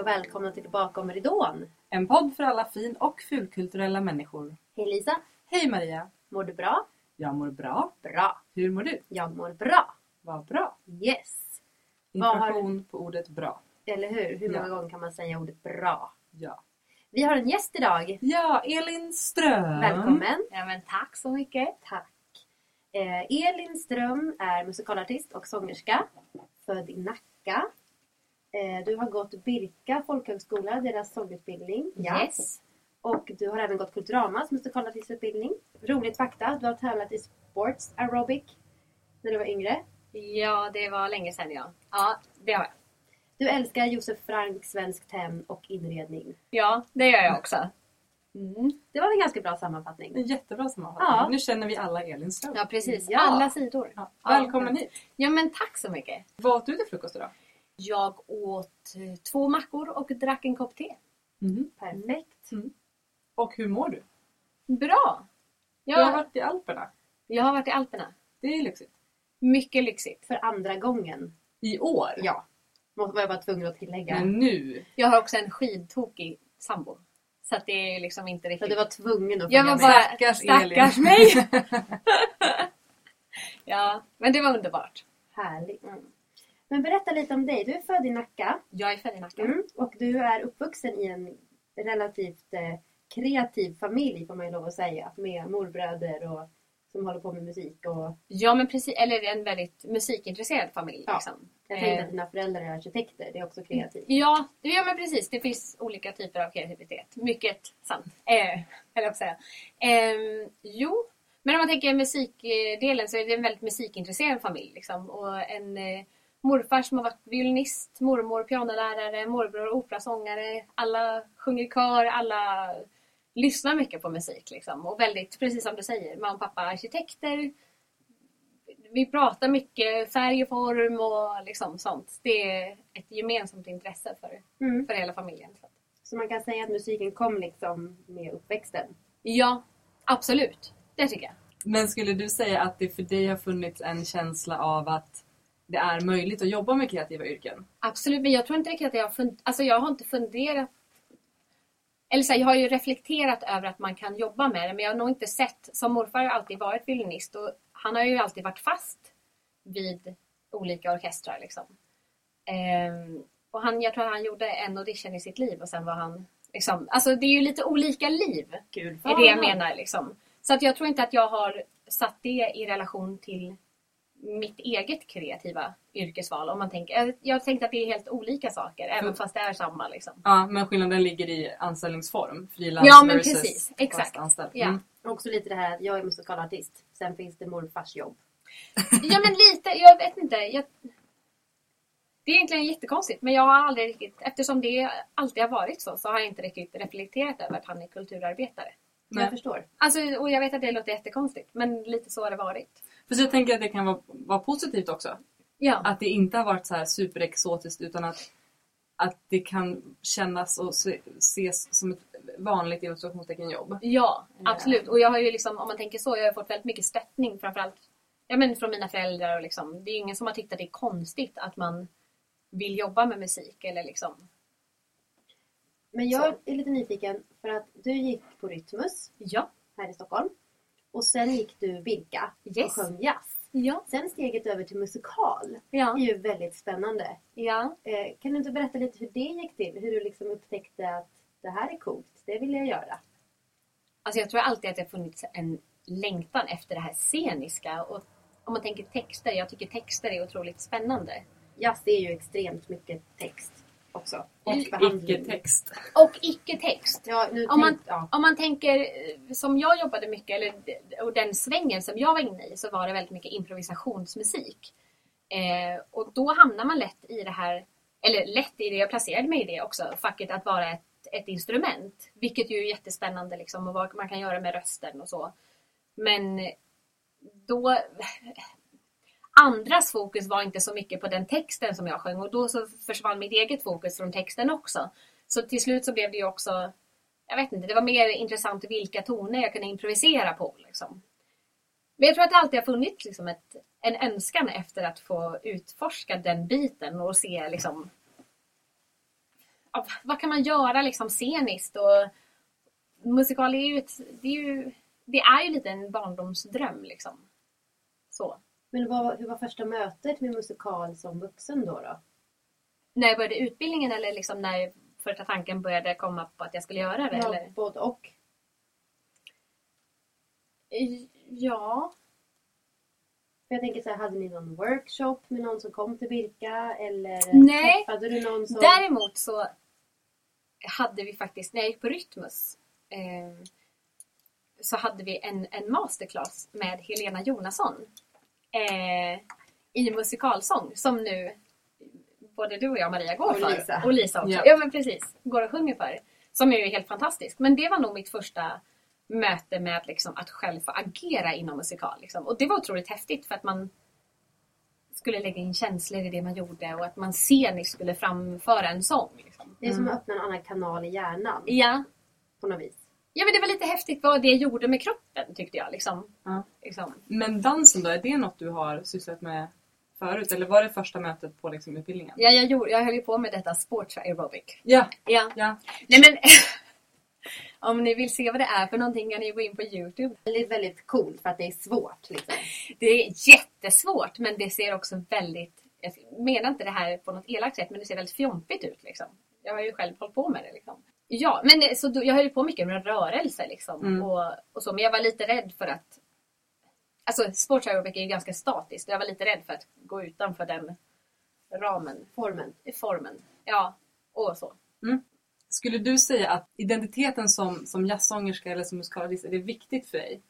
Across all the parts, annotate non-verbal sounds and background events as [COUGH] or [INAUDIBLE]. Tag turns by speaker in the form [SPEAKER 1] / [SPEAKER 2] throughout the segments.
[SPEAKER 1] och välkomna till Bakom ridån.
[SPEAKER 2] En podd för alla fin och fulkulturella människor.
[SPEAKER 1] Hej Lisa!
[SPEAKER 2] Hej Maria!
[SPEAKER 1] Mår du bra?
[SPEAKER 2] Jag mår bra.
[SPEAKER 1] Bra!
[SPEAKER 2] Hur mår du?
[SPEAKER 1] Jag mår bra!
[SPEAKER 2] Vad bra!
[SPEAKER 1] Yes! Vad har
[SPEAKER 2] Inflation på ordet bra.
[SPEAKER 1] Eller hur? Hur
[SPEAKER 2] Ja.
[SPEAKER 1] många gånger kan man säga ordet bra?
[SPEAKER 2] Ja.
[SPEAKER 1] Vi har en gäst idag.
[SPEAKER 2] Ja, Elin Ström!
[SPEAKER 1] Välkommen!
[SPEAKER 3] Ja, men tack så mycket.
[SPEAKER 1] Tack! Eh, Elin Ström är musikalartist och sångerska. Född i Nacka. Eh, du har gått Birka folkhögskola, deras sångutbildning.
[SPEAKER 3] Yes.
[SPEAKER 1] Och du har även gått Kulturamas musikalartistutbildning. Roligt fakta, du har tävlat i sports aerobic när du var yngre.
[SPEAKER 3] Ja, det var länge sedan ja. Ja, det har jag.
[SPEAKER 1] Du älskar Josef Frank, svensk tenn och inredning.
[SPEAKER 3] Ja, det gör jag också.
[SPEAKER 1] Det var en ganska bra sammanfattning.
[SPEAKER 3] Mm.
[SPEAKER 2] En jättebra sammanfattning.
[SPEAKER 1] Ja.
[SPEAKER 2] Nu känner vi alla Elin Ström.
[SPEAKER 3] Ja, precis.
[SPEAKER 1] Ja.
[SPEAKER 3] Alla sidor.
[SPEAKER 2] Ja.
[SPEAKER 3] Ja.
[SPEAKER 2] Välkommen hit!
[SPEAKER 3] Ja, men tack så mycket.
[SPEAKER 2] Vad åt du till frukost idag?
[SPEAKER 3] Jag åt eh, två mackor och drack en kopp te.
[SPEAKER 1] Mhm. Perfekt.
[SPEAKER 2] Och hur mår du?
[SPEAKER 3] Bra! Jag,
[SPEAKER 2] Du har varit i Alperna.
[SPEAKER 3] jag har varit i Alperna.
[SPEAKER 2] Det är lyxigt.
[SPEAKER 3] Mycket lyxigt.
[SPEAKER 1] För andra gången.
[SPEAKER 2] I år?
[SPEAKER 1] Ja. Må- Var jag bara tvungen att tillägga.
[SPEAKER 3] Mm.
[SPEAKER 2] Men nu?
[SPEAKER 3] Jag har också en skidtokig sambo. Så att det är liksom inte
[SPEAKER 1] Så
[SPEAKER 3] riktigt...
[SPEAKER 1] du var tvungen att följa
[SPEAKER 3] jag var
[SPEAKER 1] med.
[SPEAKER 3] bara...
[SPEAKER 2] Stackars
[SPEAKER 3] stackars
[SPEAKER 2] Elin.
[SPEAKER 3] mig! ja, men det var underbart.
[SPEAKER 1] Härligt.
[SPEAKER 3] Mm.
[SPEAKER 1] Men berätta lite om dig. Du är född i Nacka.
[SPEAKER 3] Jag är född i Nacka.
[SPEAKER 1] Mm. Och du är uppvuxen i en relativt eh, kreativ familj får man ju lov att säga. Med morbröder och som håller på med musik. Och
[SPEAKER 3] Ja men precis, eller en väldigt musikintresserad familj.
[SPEAKER 1] Ja.
[SPEAKER 3] Liksom.
[SPEAKER 1] jag tänkte
[SPEAKER 3] Eh. Mm.
[SPEAKER 1] att dina föräldrar är arkitekter. Det är också kreativt.
[SPEAKER 3] Ja, det- ja men precis, det finns olika typer av kreativitet. Mycket sant, eh, eller jag säga. Eh, jo, men om man tänker musikdelen så är det en väldigt musikintresserad familj. Liksom. Och en eh, morfar som har varit violinist, mormor pianolärare, morbror operasångare. Alla sjunger i kör, alla lyssnar mycket på musik. Liksom. Och väldigt, precis som du säger, mamma och pappa arkitekter. vi pratar mycket färg och form och liksom sånt. Det är ett gemensamt intresse för,
[SPEAKER 1] Mm.
[SPEAKER 3] för hela familjen. Så. att-
[SPEAKER 1] Så man kan säga att musiken kom liksom med uppväxten.
[SPEAKER 3] Ja, absolut. Det tycker jag.
[SPEAKER 2] [LAUGHS] Men skulle du säga att det för dig har funnits en känsla av att det är möjligt att jobba med kreativa yrken?
[SPEAKER 3] Absolut, men jag tror inte riktigt att jag har fund- alltså jag har inte funderat eller så här, jag har ju reflekterat över att man kan jobba med det men jag har nog inte sett, som morfar har alltid varit violinist och han har ju alltid varit fast vid olika orkestrar liksom. Ehm, och han, jag tror han gjorde en audition i sitt liv och sen var han liksom, alltså det är ju lite olika liv.
[SPEAKER 1] Kul
[SPEAKER 3] är det jag menar. Liksom. Så att jag tror inte att jag har satt det i relation till mitt eget kreativa yrkesval. Om man tänker. jag- Jag tänkte att det är helt olika saker, även
[SPEAKER 2] Mm.
[SPEAKER 3] fast det är samma. Liksom.
[SPEAKER 2] Ja, men skillnaden ligger i anställningsform. Frilans
[SPEAKER 3] Ja, men
[SPEAKER 2] versus
[SPEAKER 3] precis. Exakt.
[SPEAKER 2] fast anställd.
[SPEAKER 3] Ja.
[SPEAKER 2] Mm.
[SPEAKER 1] Också lite det här att jag är musikalartist. Sen finns det morfars jobb.
[SPEAKER 3] Ja, men lite. Jag vet inte. Jag... Det är egentligen jättekonstigt, men jag har aldrig riktigt, eftersom det alltid har varit så, så har jag inte riktigt reflekterat över att han är kulturarbetare.
[SPEAKER 1] Jag
[SPEAKER 2] Nej.
[SPEAKER 1] förstår.
[SPEAKER 3] Alltså, och jag vet att det låter jättekonstigt, men lite så har det varit.
[SPEAKER 2] För jag tänker att det kan vara, vara positivt också.
[SPEAKER 3] Ja.
[SPEAKER 2] Att det inte har varit så här superexotiskt utan att, att det kan kännas och se, ses som ett vanligt illustrationstecken jobb.
[SPEAKER 3] Ja,
[SPEAKER 2] Eh.
[SPEAKER 3] absolut. Och jag har ju liksom, om man tänker så, jag har fått väldigt mycket stöttning framförallt ja, men från mina föräldrar. Och liksom, det är ju ingen som har tyckt att det är konstigt att man vill jobba med musik. Eller liksom.
[SPEAKER 1] Men jag är lite nyfiken för att du gick på Rytmus
[SPEAKER 3] Ja,
[SPEAKER 1] här i Stockholm. Och sen gick du Birka och
[SPEAKER 3] Yes.
[SPEAKER 1] sjöng jazz.
[SPEAKER 3] ja,
[SPEAKER 1] Sen steget över till musikal. Det är
[SPEAKER 3] ja,
[SPEAKER 1] ju väldigt spännande.
[SPEAKER 3] ja.
[SPEAKER 1] Eh, kan du inte berätta lite hur det gick till? Hur du liksom upptäckte att det här är coolt. Det vill jag göra.
[SPEAKER 3] Alltså jag tror alltid att det har funnits en längtan efter det här sceniska. Och om man tänker texter, jag tycker texter är otroligt spännande.
[SPEAKER 1] Jazz det är ju extremt mycket text också. Och behandling.
[SPEAKER 2] Icke-text.
[SPEAKER 3] Och icke-text.
[SPEAKER 1] Ja, nu
[SPEAKER 3] Om man-
[SPEAKER 1] tänk- ja.
[SPEAKER 3] Om man tänker eh, som jag jobbade mycket, eller, d- och den svängen som jag var inne i, så var det väldigt mycket improvisationsmusik. Eh, och då hamnar man lätt i det här, eller lätt i det, jag placerade mig i det också, facket att vara ett, ett instrument. Vilket ju är jättespännande liksom, och vad man kan göra med rösten och så. Men då... [LAUGHS] Andras fokus var inte så mycket på den texten som jag sjöng och då så försvann mitt eget fokus från texten också. Så till slut så blev det ju också jag vet inte, det var mer intressant vilka toner jag kunde improvisera på. Liksom. Men jag tror att det alltid har funnits liksom, ett, en önskan efter att få utforska den biten och se liksom, ja, vad kan man göra liksom sceniskt? Och musikal är ju, ett, det är ju, det är ju lite en barndomsdröm liksom. Så.
[SPEAKER 1] Men vad, hur var första mötet med musikal som vuxen då? då?
[SPEAKER 3] När jag började utbildningen eller liksom när första tanken började komma på att jag skulle göra det?
[SPEAKER 1] Ja,
[SPEAKER 3] Eller?
[SPEAKER 1] både och.
[SPEAKER 3] Ja,
[SPEAKER 1] För jag tänker så här, hade ni någon workshop med någon som kom till Birka? Eller
[SPEAKER 3] Nej.
[SPEAKER 1] träffade du någon som...
[SPEAKER 3] Däremot så hade vi faktiskt, när jag gick på Rytmus eh, så hade vi en, en masterclass med Helena Jonasson eh, i musikalsång som nu både du och jag Maria går
[SPEAKER 1] Och
[SPEAKER 3] för.
[SPEAKER 1] Lisa.
[SPEAKER 3] Och Lisa också.
[SPEAKER 2] Ja.
[SPEAKER 3] Ja men precis. Går och sjunger för. Som är ju helt fantastisk. Men det var nog mitt första möte med liksom, att själv få agera inom musikal. Liksom. Och det var otroligt häftigt för att man skulle lägga in känslor i det man gjorde och att man sceniskt skulle framföra en sång. Liksom.
[SPEAKER 1] Det är som att öppna en annan kanal i hjärnan
[SPEAKER 3] Ja.
[SPEAKER 1] på något vis.
[SPEAKER 3] ja, men det var lite häftigt vad det gjorde med kroppen tyckte jag. Liksom.
[SPEAKER 2] Ja.
[SPEAKER 3] Liksom.
[SPEAKER 2] Men dansen då, är det något du har sysslat med förut? Eller var det första mötet på liksom, utbildningen?
[SPEAKER 3] Ja, jag, gjorde, jag höll ju på med detta sports aerobic.
[SPEAKER 2] Ja,
[SPEAKER 3] Ja.
[SPEAKER 2] ja.
[SPEAKER 3] Nej men [LAUGHS] om ni vill se vad det är för någonting kan ni gå in på Youtube.
[SPEAKER 1] Det är väldigt coolt för att det är svårt. Liksom.
[SPEAKER 3] Det är jättesvårt men det ser också väldigt, jag menar inte det här på något elakt sätt men det ser väldigt fjompigt ut liksom. Jag har ju själv hållit på med det liksom. Ja, men eh, så då, jag höll ju på mycket med rörelse liksom.
[SPEAKER 2] Mm.
[SPEAKER 3] Och, och så, men jag var lite rädd för att Alltså sports aerobic är ju ganska statiskt och jag var lite rädd för att gå utanför den ramen,
[SPEAKER 1] Formen.
[SPEAKER 3] formen. Ja, och så.
[SPEAKER 2] Skulle du säga att identiteten som, som jazzsångerska eller som musikalist, är det viktigt för dig?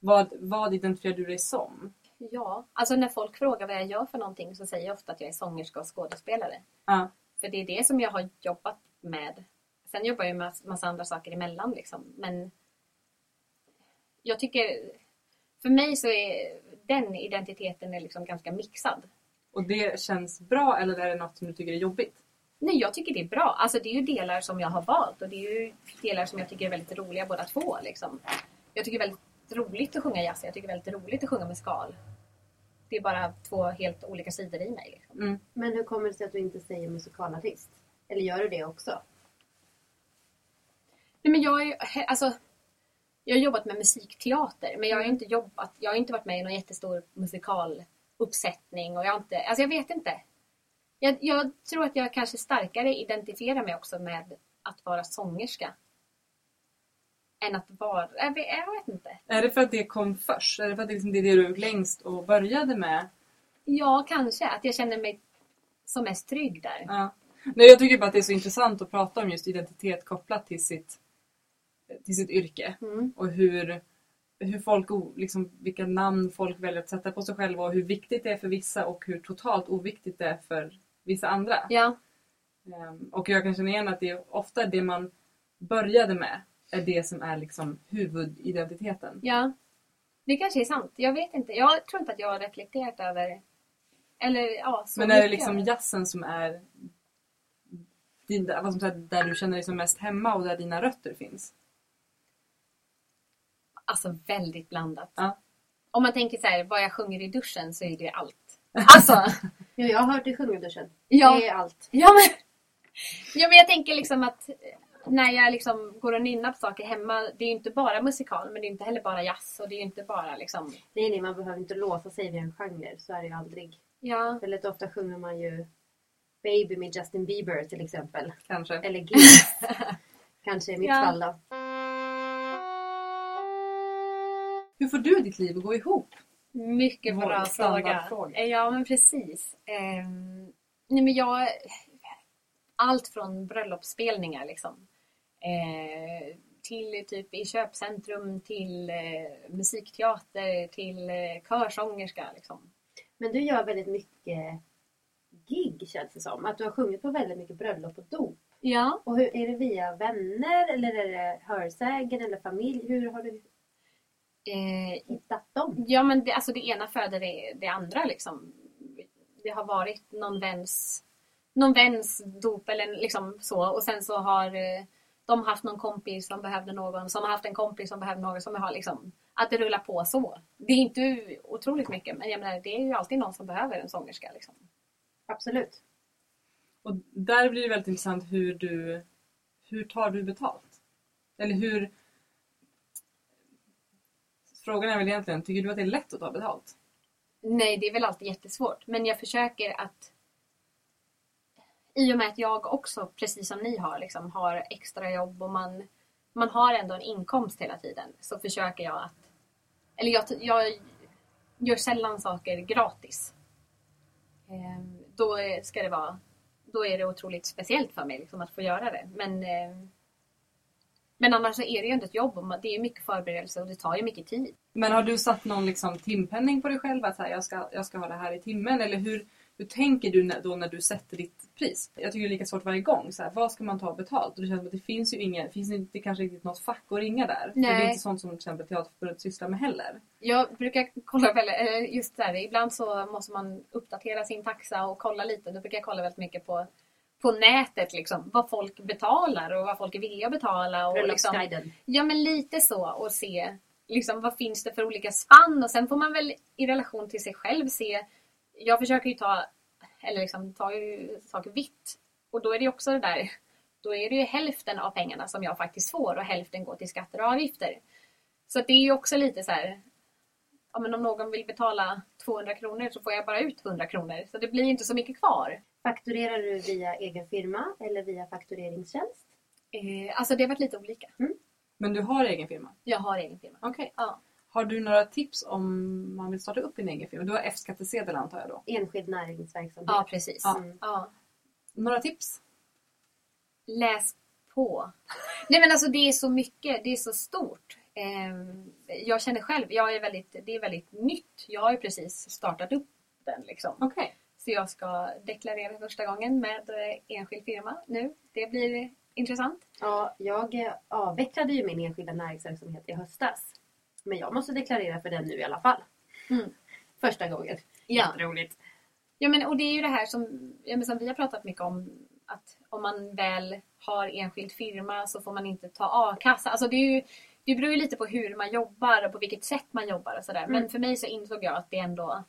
[SPEAKER 2] Vad, vad identifierar du dig som?
[SPEAKER 3] Ja, alltså när folk frågar vad jag gör för någonting så säger jag ofta att jag är sångerska och skådespelare.
[SPEAKER 2] Ja.
[SPEAKER 3] För det är det som jag har jobbat med. Sen jobbar jag ju med massa andra saker emellan liksom. Men jag tycker, för mig så är den identiteten är liksom ganska mixad.
[SPEAKER 2] Och det känns bra eller är det något som du tycker är jobbigt?
[SPEAKER 3] Nej, jag tycker det är bra. Alltså det är ju delar som jag har valt och det är ju delar som jag tycker är väldigt roliga båda två. Liksom. Jag tycker det är väldigt roligt att sjunga jazz, jag tycker det är väldigt roligt att sjunga musikal. Det är bara två helt olika sidor i mig. Liksom.
[SPEAKER 2] Mm.
[SPEAKER 1] Men hur kommer det sig att du inte säger musikalartist? Eller gör du det också?
[SPEAKER 3] Nej, men jag, har ju- alltså, jag har jobbat med musikteater men jag
[SPEAKER 2] Mm.
[SPEAKER 3] har ju inte jobbat, jag har inte varit med i någon jättestor musikaluppsättning och jag har inte, alltså jag vet inte. Jag, jag tror att jag kanske starkare identifierar mig också med att vara sångerska. Än att vara, jag vet, jag vet inte.
[SPEAKER 2] Är det för att det kom först? Är det för att det, liksom, det är det du längst och började med?
[SPEAKER 3] Ja, kanske att jag känner mig som mest trygg där.
[SPEAKER 2] Ja. Nej, jag tycker bara att det är så intressant att prata om just identitet kopplat till sitt, till sitt yrke.
[SPEAKER 3] Mm.
[SPEAKER 2] Och hur, hur folk, o- liksom, vilka namn folk väljer att sätta på sig själva och hur viktigt det är för vissa och hur totalt oviktigt det är för vissa andra.
[SPEAKER 3] Ja,
[SPEAKER 2] Ehm, Och jag kan känna igen att det är ofta det man började med är det som är liksom huvudidentiteten.
[SPEAKER 3] ja. Det kanske är sant, jag vet inte. Jag tror inte att jag har reflekterat över eller ja, så
[SPEAKER 2] Men är det
[SPEAKER 3] mycket
[SPEAKER 2] liksom
[SPEAKER 3] över.
[SPEAKER 2] jazzen som är din, vad som sagt, där du känner dig som mest hemma och där dina rötter finns?
[SPEAKER 3] Alltså väldigt blandat.
[SPEAKER 2] Ja.
[SPEAKER 3] Om man tänker så här, vad jag sjunger i duschen så är det allt. Alltså!
[SPEAKER 1] Ja, jag har hört dig sjunga i duschen. Det
[SPEAKER 3] ja,
[SPEAKER 1] är allt.
[SPEAKER 3] ja, men, ja, men jag tänker liksom att eh, när jag liksom går och nynnar på saker hemma, det är ju inte bara musikal men det är inte heller bara jazz och det är ju inte bara liksom...
[SPEAKER 1] Nej, nej, man behöver inte låsa sig vid en genre. Så är det ju aldrig.
[SPEAKER 3] Ja,
[SPEAKER 1] Väldigt ofta sjunger man ju Baby med Justin Bieber till exempel.
[SPEAKER 2] Kanske.
[SPEAKER 1] Eller Gigs.
[SPEAKER 3] [LAUGHS]
[SPEAKER 1] Kanske i mitt
[SPEAKER 3] Ja.
[SPEAKER 1] fall då.
[SPEAKER 2] Hur får du ditt liv att gå ihop?
[SPEAKER 3] mycket
[SPEAKER 2] Vår
[SPEAKER 3] bra fråga.
[SPEAKER 2] standardfråga.
[SPEAKER 3] Eh, Ja, men precis. Ehm, nej, men jag... Allt från bröllopsspelningar liksom. Eh, till typ i köpcentrum, till eh, musikteater, till eh, körsångerska. Liksom.
[SPEAKER 1] Men du gör väldigt mycket gig känns det som. Att du har sjungit på väldigt mycket bröllop och dop.
[SPEAKER 3] Ja.
[SPEAKER 1] Och hur, är det via vänner eller är det hörsägen eller familj? Hur har du
[SPEAKER 3] Eh,
[SPEAKER 1] hittat dem?
[SPEAKER 3] ja, men det, alltså det ena föder det, det andra liksom. Det har varit någon väns, någon väns dop eller liksom så och sen så har eh, de haft någon kompis som behövde någon som har haft en kompis som behövde någon som har liksom att det rullar på så. Det är inte otroligt mycket men jag menar, det är ju alltid någon som behöver en sångerska liksom.
[SPEAKER 1] Absolut.
[SPEAKER 2] Och där blir det väldigt intressant hur du, hur tar du betalt? Eller hur... Frågan är väl egentligen, tycker du att det är lätt att ta betalt?
[SPEAKER 3] Nej, det är väl alltid jättesvårt. Men jag försöker att i och med att jag också, precis som ni har, liksom, har extra jobb och man, man har ändå en inkomst hela tiden så försöker jag att... Eller jag, jag gör sällan saker gratis. Ehm, Då är- ska det vara... Då är det otroligt speciellt för mig liksom, att få göra det. Men, ehm, men annars så är det ju ändå ett jobb och man- det är mycket förberedelse och det tar ju mycket tid.
[SPEAKER 2] Men har du satt någon liksom timpenning på dig själv att så här, jag, ska, jag ska ha det här i timmen? Eller hur, hur tänker du när, då när du sätter ditt pris? Jag tycker det är lika svårt varje gång. Så här, vad ska man ta betalt? Och det känns som att det finns ju ingen, finns inte kanske riktigt något fack att ringa där. För Det
[SPEAKER 3] Nej.
[SPEAKER 2] är inte sånt som till exempel Teaterförbundet sysslar med heller.
[SPEAKER 3] Jag brukar kolla väldigt, eh, just där, ibland så måste man uppdatera sin taxa och kolla lite. Då brukar jag kolla väldigt mycket på, på nätet, liksom, vad folk betalar och vad folk är villiga att betala. Och, liksom,
[SPEAKER 1] Bröllopsguiden.
[SPEAKER 3] ja, men lite så och se liksom, vad finns det för olika spann. Och sen får man väl i relation till sig själv se. Jag försöker ju ta, eller liksom, ta ju saker vitt. Och då är det ju också det där, då är det ju hälften av pengarna som jag faktiskt får och hälften går till skatter och avgifter. Så att det är ju också lite så här, ja, men om någon vill betala 200 kronor så får jag bara ut 100 kronor. Så det blir inte så mycket kvar.
[SPEAKER 1] Fakturerar du via egen firma eller via faktureringstjänst?
[SPEAKER 3] Eh, alltså det har varit lite olika.
[SPEAKER 2] Men du har egen firma?
[SPEAKER 3] Jag har egen firma.
[SPEAKER 2] Okej.
[SPEAKER 3] Ja.
[SPEAKER 2] Har du några tips om man vill starta upp en egen firma? Du har F-skattesedel antar jag då.
[SPEAKER 1] Enskild näringsverksamhet.
[SPEAKER 3] Ja, precis.
[SPEAKER 2] Ja.
[SPEAKER 1] Mm.
[SPEAKER 3] Ja.
[SPEAKER 2] Några tips?
[SPEAKER 3] Läs på. Nej men alltså det är så mycket, det är så stort. Ehm, Jag känner själv, jag är väldigt, det är väldigt nytt. Jag har ju precis startat upp den liksom.
[SPEAKER 2] Okej.
[SPEAKER 3] Så jag ska deklarera första gången med eh, enskild firma nu. Det blir intressant.
[SPEAKER 1] Ja, jag eh, avvecklade ju min enskilda näringsverksamhet i höstas. Men jag måste deklarera för den nu i alla fall.
[SPEAKER 3] Mm.
[SPEAKER 1] Första gången. Jätteroligt.
[SPEAKER 3] Ja, men, och det är ju det här som, ja, men som vi har pratat mycket om. Att om man väl har enskild firma så får man inte ta a-kassa. Alltså det, är ju, det beror ju lite på hur man jobbar och på vilket sätt man jobbar och sådär. Men
[SPEAKER 1] Mm.
[SPEAKER 3] för mig så insåg jag att det ändå...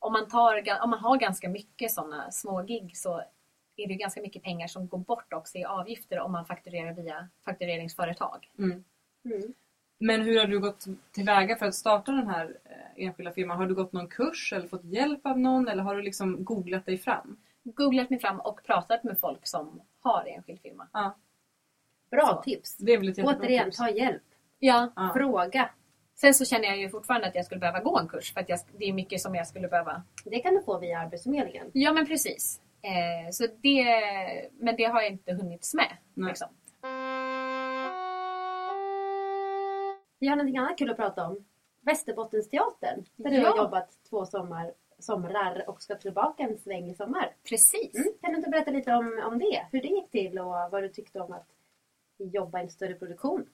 [SPEAKER 3] Om man, tar, ga- om man har ganska mycket sådana små gig så är det ju ganska mycket pengar som går bort också i avgifter om man fakturerar via faktureringsföretag.
[SPEAKER 2] Mm.
[SPEAKER 1] Mm.
[SPEAKER 2] Men hur har du gått tillväga för att starta den här eh, enskilda firman? Har du gått någon kurs eller fått hjälp av någon eller har du liksom googlat dig fram?
[SPEAKER 3] Googlat mig fram och pratat med folk som har enskild firma.
[SPEAKER 1] Bra
[SPEAKER 3] Så.
[SPEAKER 1] tips.
[SPEAKER 2] Det är väl ett jättebra
[SPEAKER 1] Återigen,
[SPEAKER 2] tips.
[SPEAKER 1] ta hjälp.
[SPEAKER 3] Ja,
[SPEAKER 2] Ja.
[SPEAKER 1] Fråga.
[SPEAKER 3] Sen så känner jag ju fortfarande att jag skulle behöva gå en kurs för att jag, det är mycket som jag skulle behöva.
[SPEAKER 1] Det kan du få via Arbetsförmedlingen.
[SPEAKER 3] Ja men precis. Eh, så det, men det har jag inte hunnit med.
[SPEAKER 2] Nej.
[SPEAKER 3] Liksom.
[SPEAKER 1] Vi har någonting annat kul att prata om. Västerbottensteatern. Där du
[SPEAKER 3] Ja.
[SPEAKER 1] har jobbat två sommar, somrar och ska tillbaka en sväng i sommar.
[SPEAKER 3] Precis.
[SPEAKER 1] Mm. Kan du inte berätta lite om, om det? Hur det gick till och vad du tyckte om att jobba i en större produktion?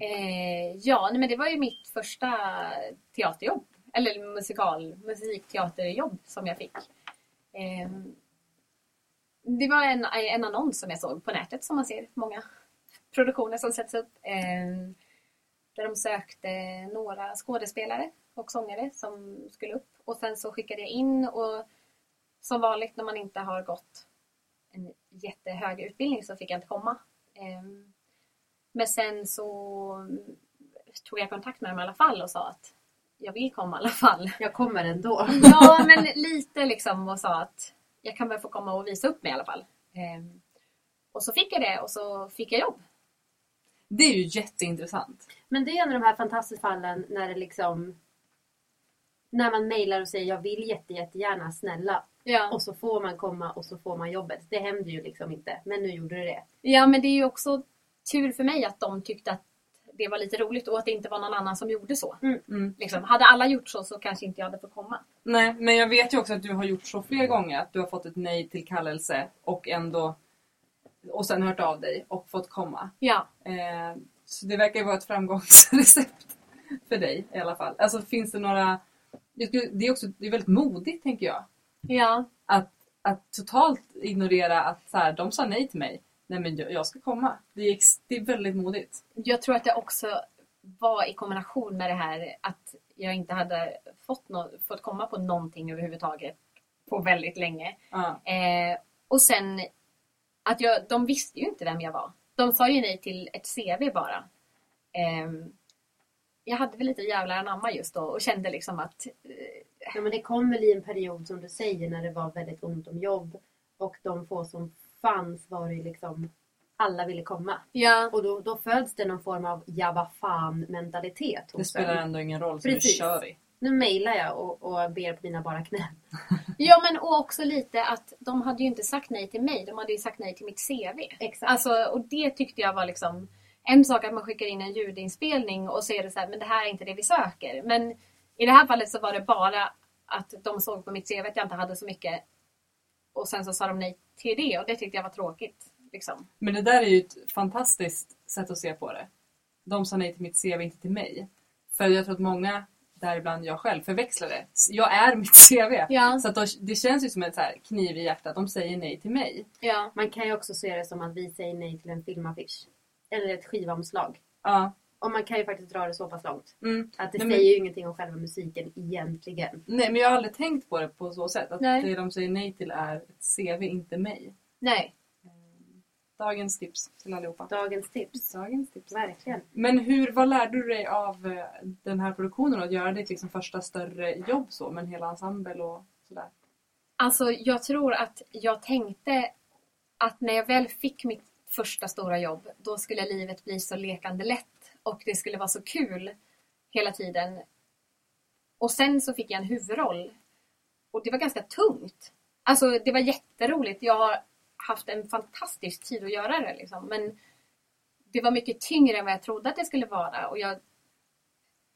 [SPEAKER 3] Eh, ja, nej, men det var ju mitt första teaterjobb. Eller musikal, musikteaterjobb som jag fick. Eh, det var en, en annons som jag såg på nätet som man ser många produktioner som sätts upp. Eh, där de sökte några skådespelare och sångare som skulle upp. Och sen så skickade jag in och som vanligt när man inte har gått en jättehög utbildning så fick jag inte komma. Eh, men sen så mm, tog jag kontakt med dem i alla fall och sa att jag vill komma i alla [LAUGHS] fall.
[SPEAKER 1] Jag kommer ändå.
[SPEAKER 3] Ja, men lite liksom och sa att jag kan väl få komma och visa upp mig i alla fall. Ehm, Och så fick jag det och så fick jag jobb.
[SPEAKER 2] Det är ju jätteintressant.
[SPEAKER 1] Men det är en av de här fantastiska fallen när det liksom när man mejlar och säger jag vill jätte, jättegärna, snälla.
[SPEAKER 3] Ja.
[SPEAKER 1] Och så får man komma och så får man jobbet. Det händer ju liksom inte. Men nu gjorde du det.
[SPEAKER 3] ja, men det är ju också tur för mig att de tyckte att det var lite roligt och att det inte var någon annan som gjorde så.
[SPEAKER 2] Mm.
[SPEAKER 3] Liksom, hade alla gjort så så kanske inte jag hade fått komma.
[SPEAKER 2] Nej, men jag vet ju också att du har gjort så fler gånger att du har fått ett nej till kallelse och ändå och sen hört av dig och fått komma.
[SPEAKER 3] Ja,
[SPEAKER 2] Eh, så det verkar ju vara ett framgångsrecept för dig i alla fall. Alltså finns det några... jag skulle- Det är också det är väldigt modigt tänker jag.
[SPEAKER 3] ja.
[SPEAKER 2] att, att totalt ignorera att så här, de sa nej till mig. Nej men jag, jag ska komma. Det är, ex, det är väldigt modigt.
[SPEAKER 3] Jag tror att det också var i kombination med det här att jag inte hade fått, nå- fått komma på någonting överhuvudtaget på väldigt länge.
[SPEAKER 2] Ja.
[SPEAKER 3] Eh, Och sen att jag, de visste ju inte vem jag var. De sa ju nej till ett CV bara. Ehm, jag hade väl lite jävlar anamma just då och kände liksom att eh,
[SPEAKER 1] Ja, men det kom väl i en period som du säger när det var väldigt ont om jobb och de få som fanns var ju liksom alla ville komma.
[SPEAKER 3] ja,
[SPEAKER 1] Och då, då föds det någon form av ja vad fan mentalitet
[SPEAKER 2] Det
[SPEAKER 1] hos
[SPEAKER 2] spelar
[SPEAKER 1] en.
[SPEAKER 2] ändå ingen roll så
[SPEAKER 1] Precis.
[SPEAKER 2] du kör i.
[SPEAKER 1] Nu mejlar jag och, och ber på mina bara knän.
[SPEAKER 3] ja men och också lite att de hade ju inte sagt nej till mig. De hade ju sagt nej till mitt CV.
[SPEAKER 1] Exakt.
[SPEAKER 3] Alltså, och det tyckte jag var liksom en sak att man skickar in en ljudinspelning och så är det så här, men det här är inte det vi söker. Men i det här fallet så var det bara att de såg på mitt CV att jag inte hade så mycket och sen så sa de nej till det och det tyckte jag var tråkigt. Liksom.
[SPEAKER 2] Men det där är ju ett fantastiskt sätt att se på det. De sa nej till mitt CV, inte till mig. För jag tror att många, däribland jag själv, förväxlar det. S- Jag är mitt [LAUGHS] CV.
[SPEAKER 3] Ja.
[SPEAKER 2] Så att då, det känns ju som en så här kniv i hjärtat. De säger nej till mig.
[SPEAKER 3] Ja.
[SPEAKER 1] Man kan ju också se det som att vi säger nej till en filmaffisch. Eller ett skivomslag.
[SPEAKER 2] Ja.
[SPEAKER 1] Och man kan ju faktiskt dra det så pass långt.
[SPEAKER 2] Mm.
[SPEAKER 1] Att det
[SPEAKER 2] Nej, men-
[SPEAKER 1] säger ju ingenting om själva musiken egentligen.
[SPEAKER 2] Nej, men jag har aldrig tänkt på det på så sätt. Att
[SPEAKER 3] Nej.
[SPEAKER 2] det de säger nej till är ett CV, inte mig.
[SPEAKER 3] Nej.
[SPEAKER 2] Dagens tips till allihopa.
[SPEAKER 1] Dagens tips.
[SPEAKER 2] Dagens tips.
[SPEAKER 1] Verkligen.
[SPEAKER 2] Men hur, vad lärde du dig av eh, den här produktionen? Att göra ditt liksom första större jobb så, men hela ensemble och sådär.
[SPEAKER 3] Alltså jag tror att jag tänkte att när jag väl fick mitt första stora jobb då skulle livet bli så lekande lätt och det skulle vara så kul hela tiden. Och sen så fick jag en huvudroll och det var ganska tungt. Alltså det var jätteroligt. Jag har haft en fantastisk tid att göra det liksom. Men det var mycket tyngre än vad jag trodde att det skulle vara och jag,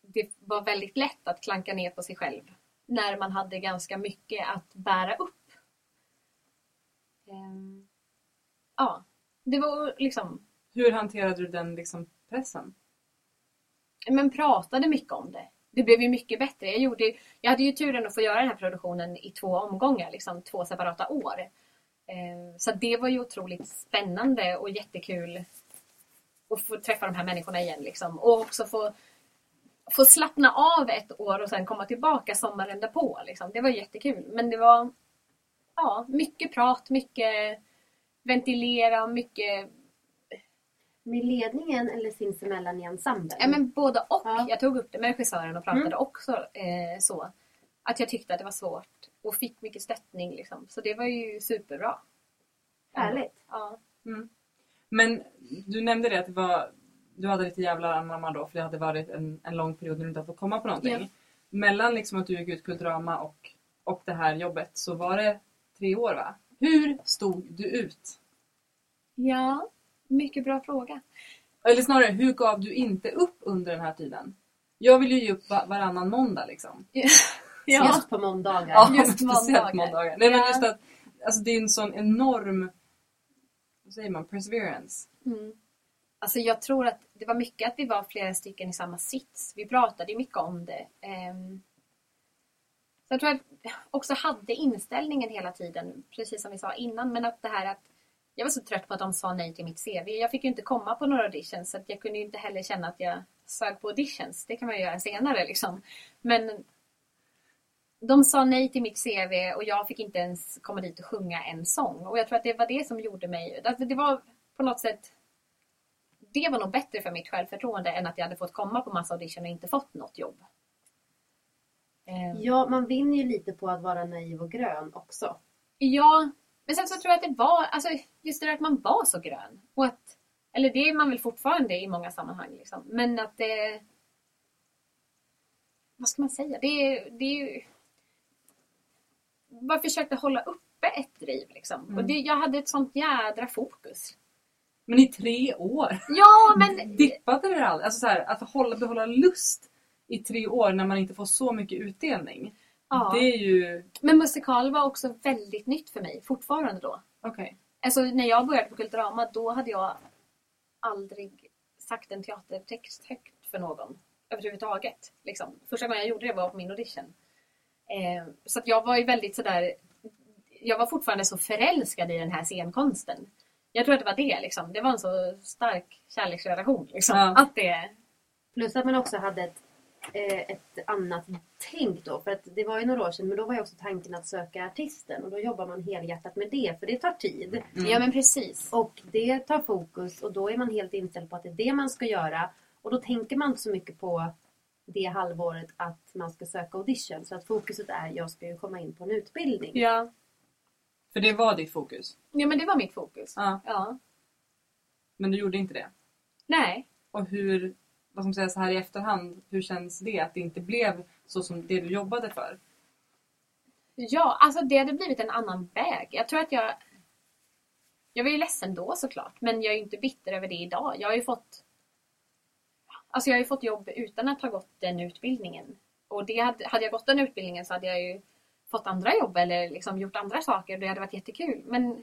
[SPEAKER 3] det var väldigt lätt att klanka ner på sig själv när man hade ganska mycket att bära upp. Ehm, Ja, det var liksom,
[SPEAKER 2] Hur hanterade du den liksom pressen?
[SPEAKER 3] men pratade mycket om det. Det blev ju mycket bättre. Jag, gjorde, jag hade ju turen att få göra den här produktionen i två omgångar, liksom två separata år. Ehm, Så det var ju otroligt spännande och jättekul att få träffa de här människorna igen. Liksom. Och också få, få slappna av ett år och sen komma tillbaka sommaren därpå. Liksom. Det var jättekul. Men det var ja, mycket prat, mycket ventilera, mycket
[SPEAKER 1] Med ledningen eller sinsemellan i ensemblen?
[SPEAKER 3] Ja, men både och.
[SPEAKER 1] Ja.
[SPEAKER 3] Jag tog upp det med regissören och pratade
[SPEAKER 1] Mm.
[SPEAKER 3] också eh, så. Att jag tyckte att det var svårt och fick mycket stöttning. Liksom. Så det var ju superbra.
[SPEAKER 1] Härligt.
[SPEAKER 3] Ja.
[SPEAKER 2] Men du nämnde det att det var, du hade lite jävlar anamma då för det hade varit en, en lång period när du inte hade fått komma på någonting.
[SPEAKER 3] Ja.
[SPEAKER 2] Mellan liksom att du gick ut Kulturama och, och det här jobbet så var det tre år va? Hur stod du ut?
[SPEAKER 3] ja, mycket bra fråga.
[SPEAKER 2] Eller snarare, hur gav du inte upp under den här tiden? Jag vill ju ge upp va- varannan måndag liksom.
[SPEAKER 1] Just på måndagar.
[SPEAKER 2] Ja, [LAUGHS]
[SPEAKER 3] Just
[SPEAKER 2] speciellt
[SPEAKER 3] måndagar.
[SPEAKER 2] måndagar. Nej, men
[SPEAKER 3] Ja.
[SPEAKER 2] just att, alltså, det är en sån enorm, vad säger man, perseverance.
[SPEAKER 3] Mm. Alltså jag tror att det var mycket att vi var flera stycken i samma sits. Vi pratade ju mycket om det. Ehm, Så jag tror att jag också hade inställningen hela tiden, precis som vi sa innan, men att det här att jag var så trött på att de sa nej till mitt CV. Jag fick ju inte komma på några auditions så att jag kunde ju inte heller känna att jag sög på auditions. Det kan man ju göra senare liksom. Men de sa nej till mitt CV och jag fick inte ens komma dit och sjunga en sång. Och jag tror att det var det som gjorde mig... Alltså det var på något sätt det var nog bättre för mitt självförtroende än att jag hade fått komma på massa auditioner och inte fått något jobb. Ehm,
[SPEAKER 1] Ja, man vinner ju lite på att vara naiv och grön också.
[SPEAKER 3] Ja, men sen så tror jag att det var, alltså just det där att man var så grön. Och att, eller det är man väl fortfarande i många sammanhang. Liksom. Men att det... Vad ska man säga? Det, är- det är ju... Man försökte hålla uppe ett driv. Liksom.
[SPEAKER 2] Mm.
[SPEAKER 3] Och det, jag hade ett sånt jädra fokus.
[SPEAKER 2] Men i tre år!
[SPEAKER 3] Ja, men...
[SPEAKER 2] Dippade det aldrig? Alltså så här, att hålla, behålla lust i tre år när man inte får så mycket utdelning.
[SPEAKER 3] Ja.
[SPEAKER 2] Det är ju...
[SPEAKER 3] Men musikal var också väldigt nytt för mig fortfarande då.
[SPEAKER 2] Okej.
[SPEAKER 3] Alltså när jag började på Kulturama då hade jag aldrig sagt en teatertext högt för någon överhuvudtaget. Liksom. Första gången jag gjorde det var på min audition. Eh, så att jag var ju väldigt sådär, jag var fortfarande så förälskad i den här scenkonsten. Jag tror att det var det liksom. Det var en så stark kärleksrelation. Liksom.
[SPEAKER 2] Ja.
[SPEAKER 3] Att det,
[SPEAKER 1] Plus att man också hade ett eh, ett annat tänk då. För att det var ju några år sedan men då var ju också tanken att söka artisten och då jobbar man helhjärtat med det för det tar tid.
[SPEAKER 3] Ja men precis.
[SPEAKER 1] Och det tar fokus och då är man helt inställd på att det är det man ska göra. Och då tänker man inte så mycket på det halvåret att man ska söka audition. Så att fokuset är jag ska ju komma in på en utbildning.
[SPEAKER 2] Ja. För det var ditt fokus.
[SPEAKER 3] Ja men det var mitt fokus.
[SPEAKER 2] Ja.
[SPEAKER 3] Ja.
[SPEAKER 2] Men du gjorde inte det.
[SPEAKER 3] Nej.
[SPEAKER 2] Och hur, vad ska man säga så här i efterhand, hur känns det att det inte blev så som det du jobbade för?
[SPEAKER 3] Ja, alltså det hade blivit en annan väg. Jag tror att jag... Jag var ju ledsen då såklart, men jag är ju inte bitter över det idag. Jag har ju fått... Alltså jag har ju fått jobb utan att ha gått den utbildningen. Och det hade, hade jag gått den utbildningen så hade jag ju fått andra jobb eller liksom gjort andra saker och det hade varit jättekul. Men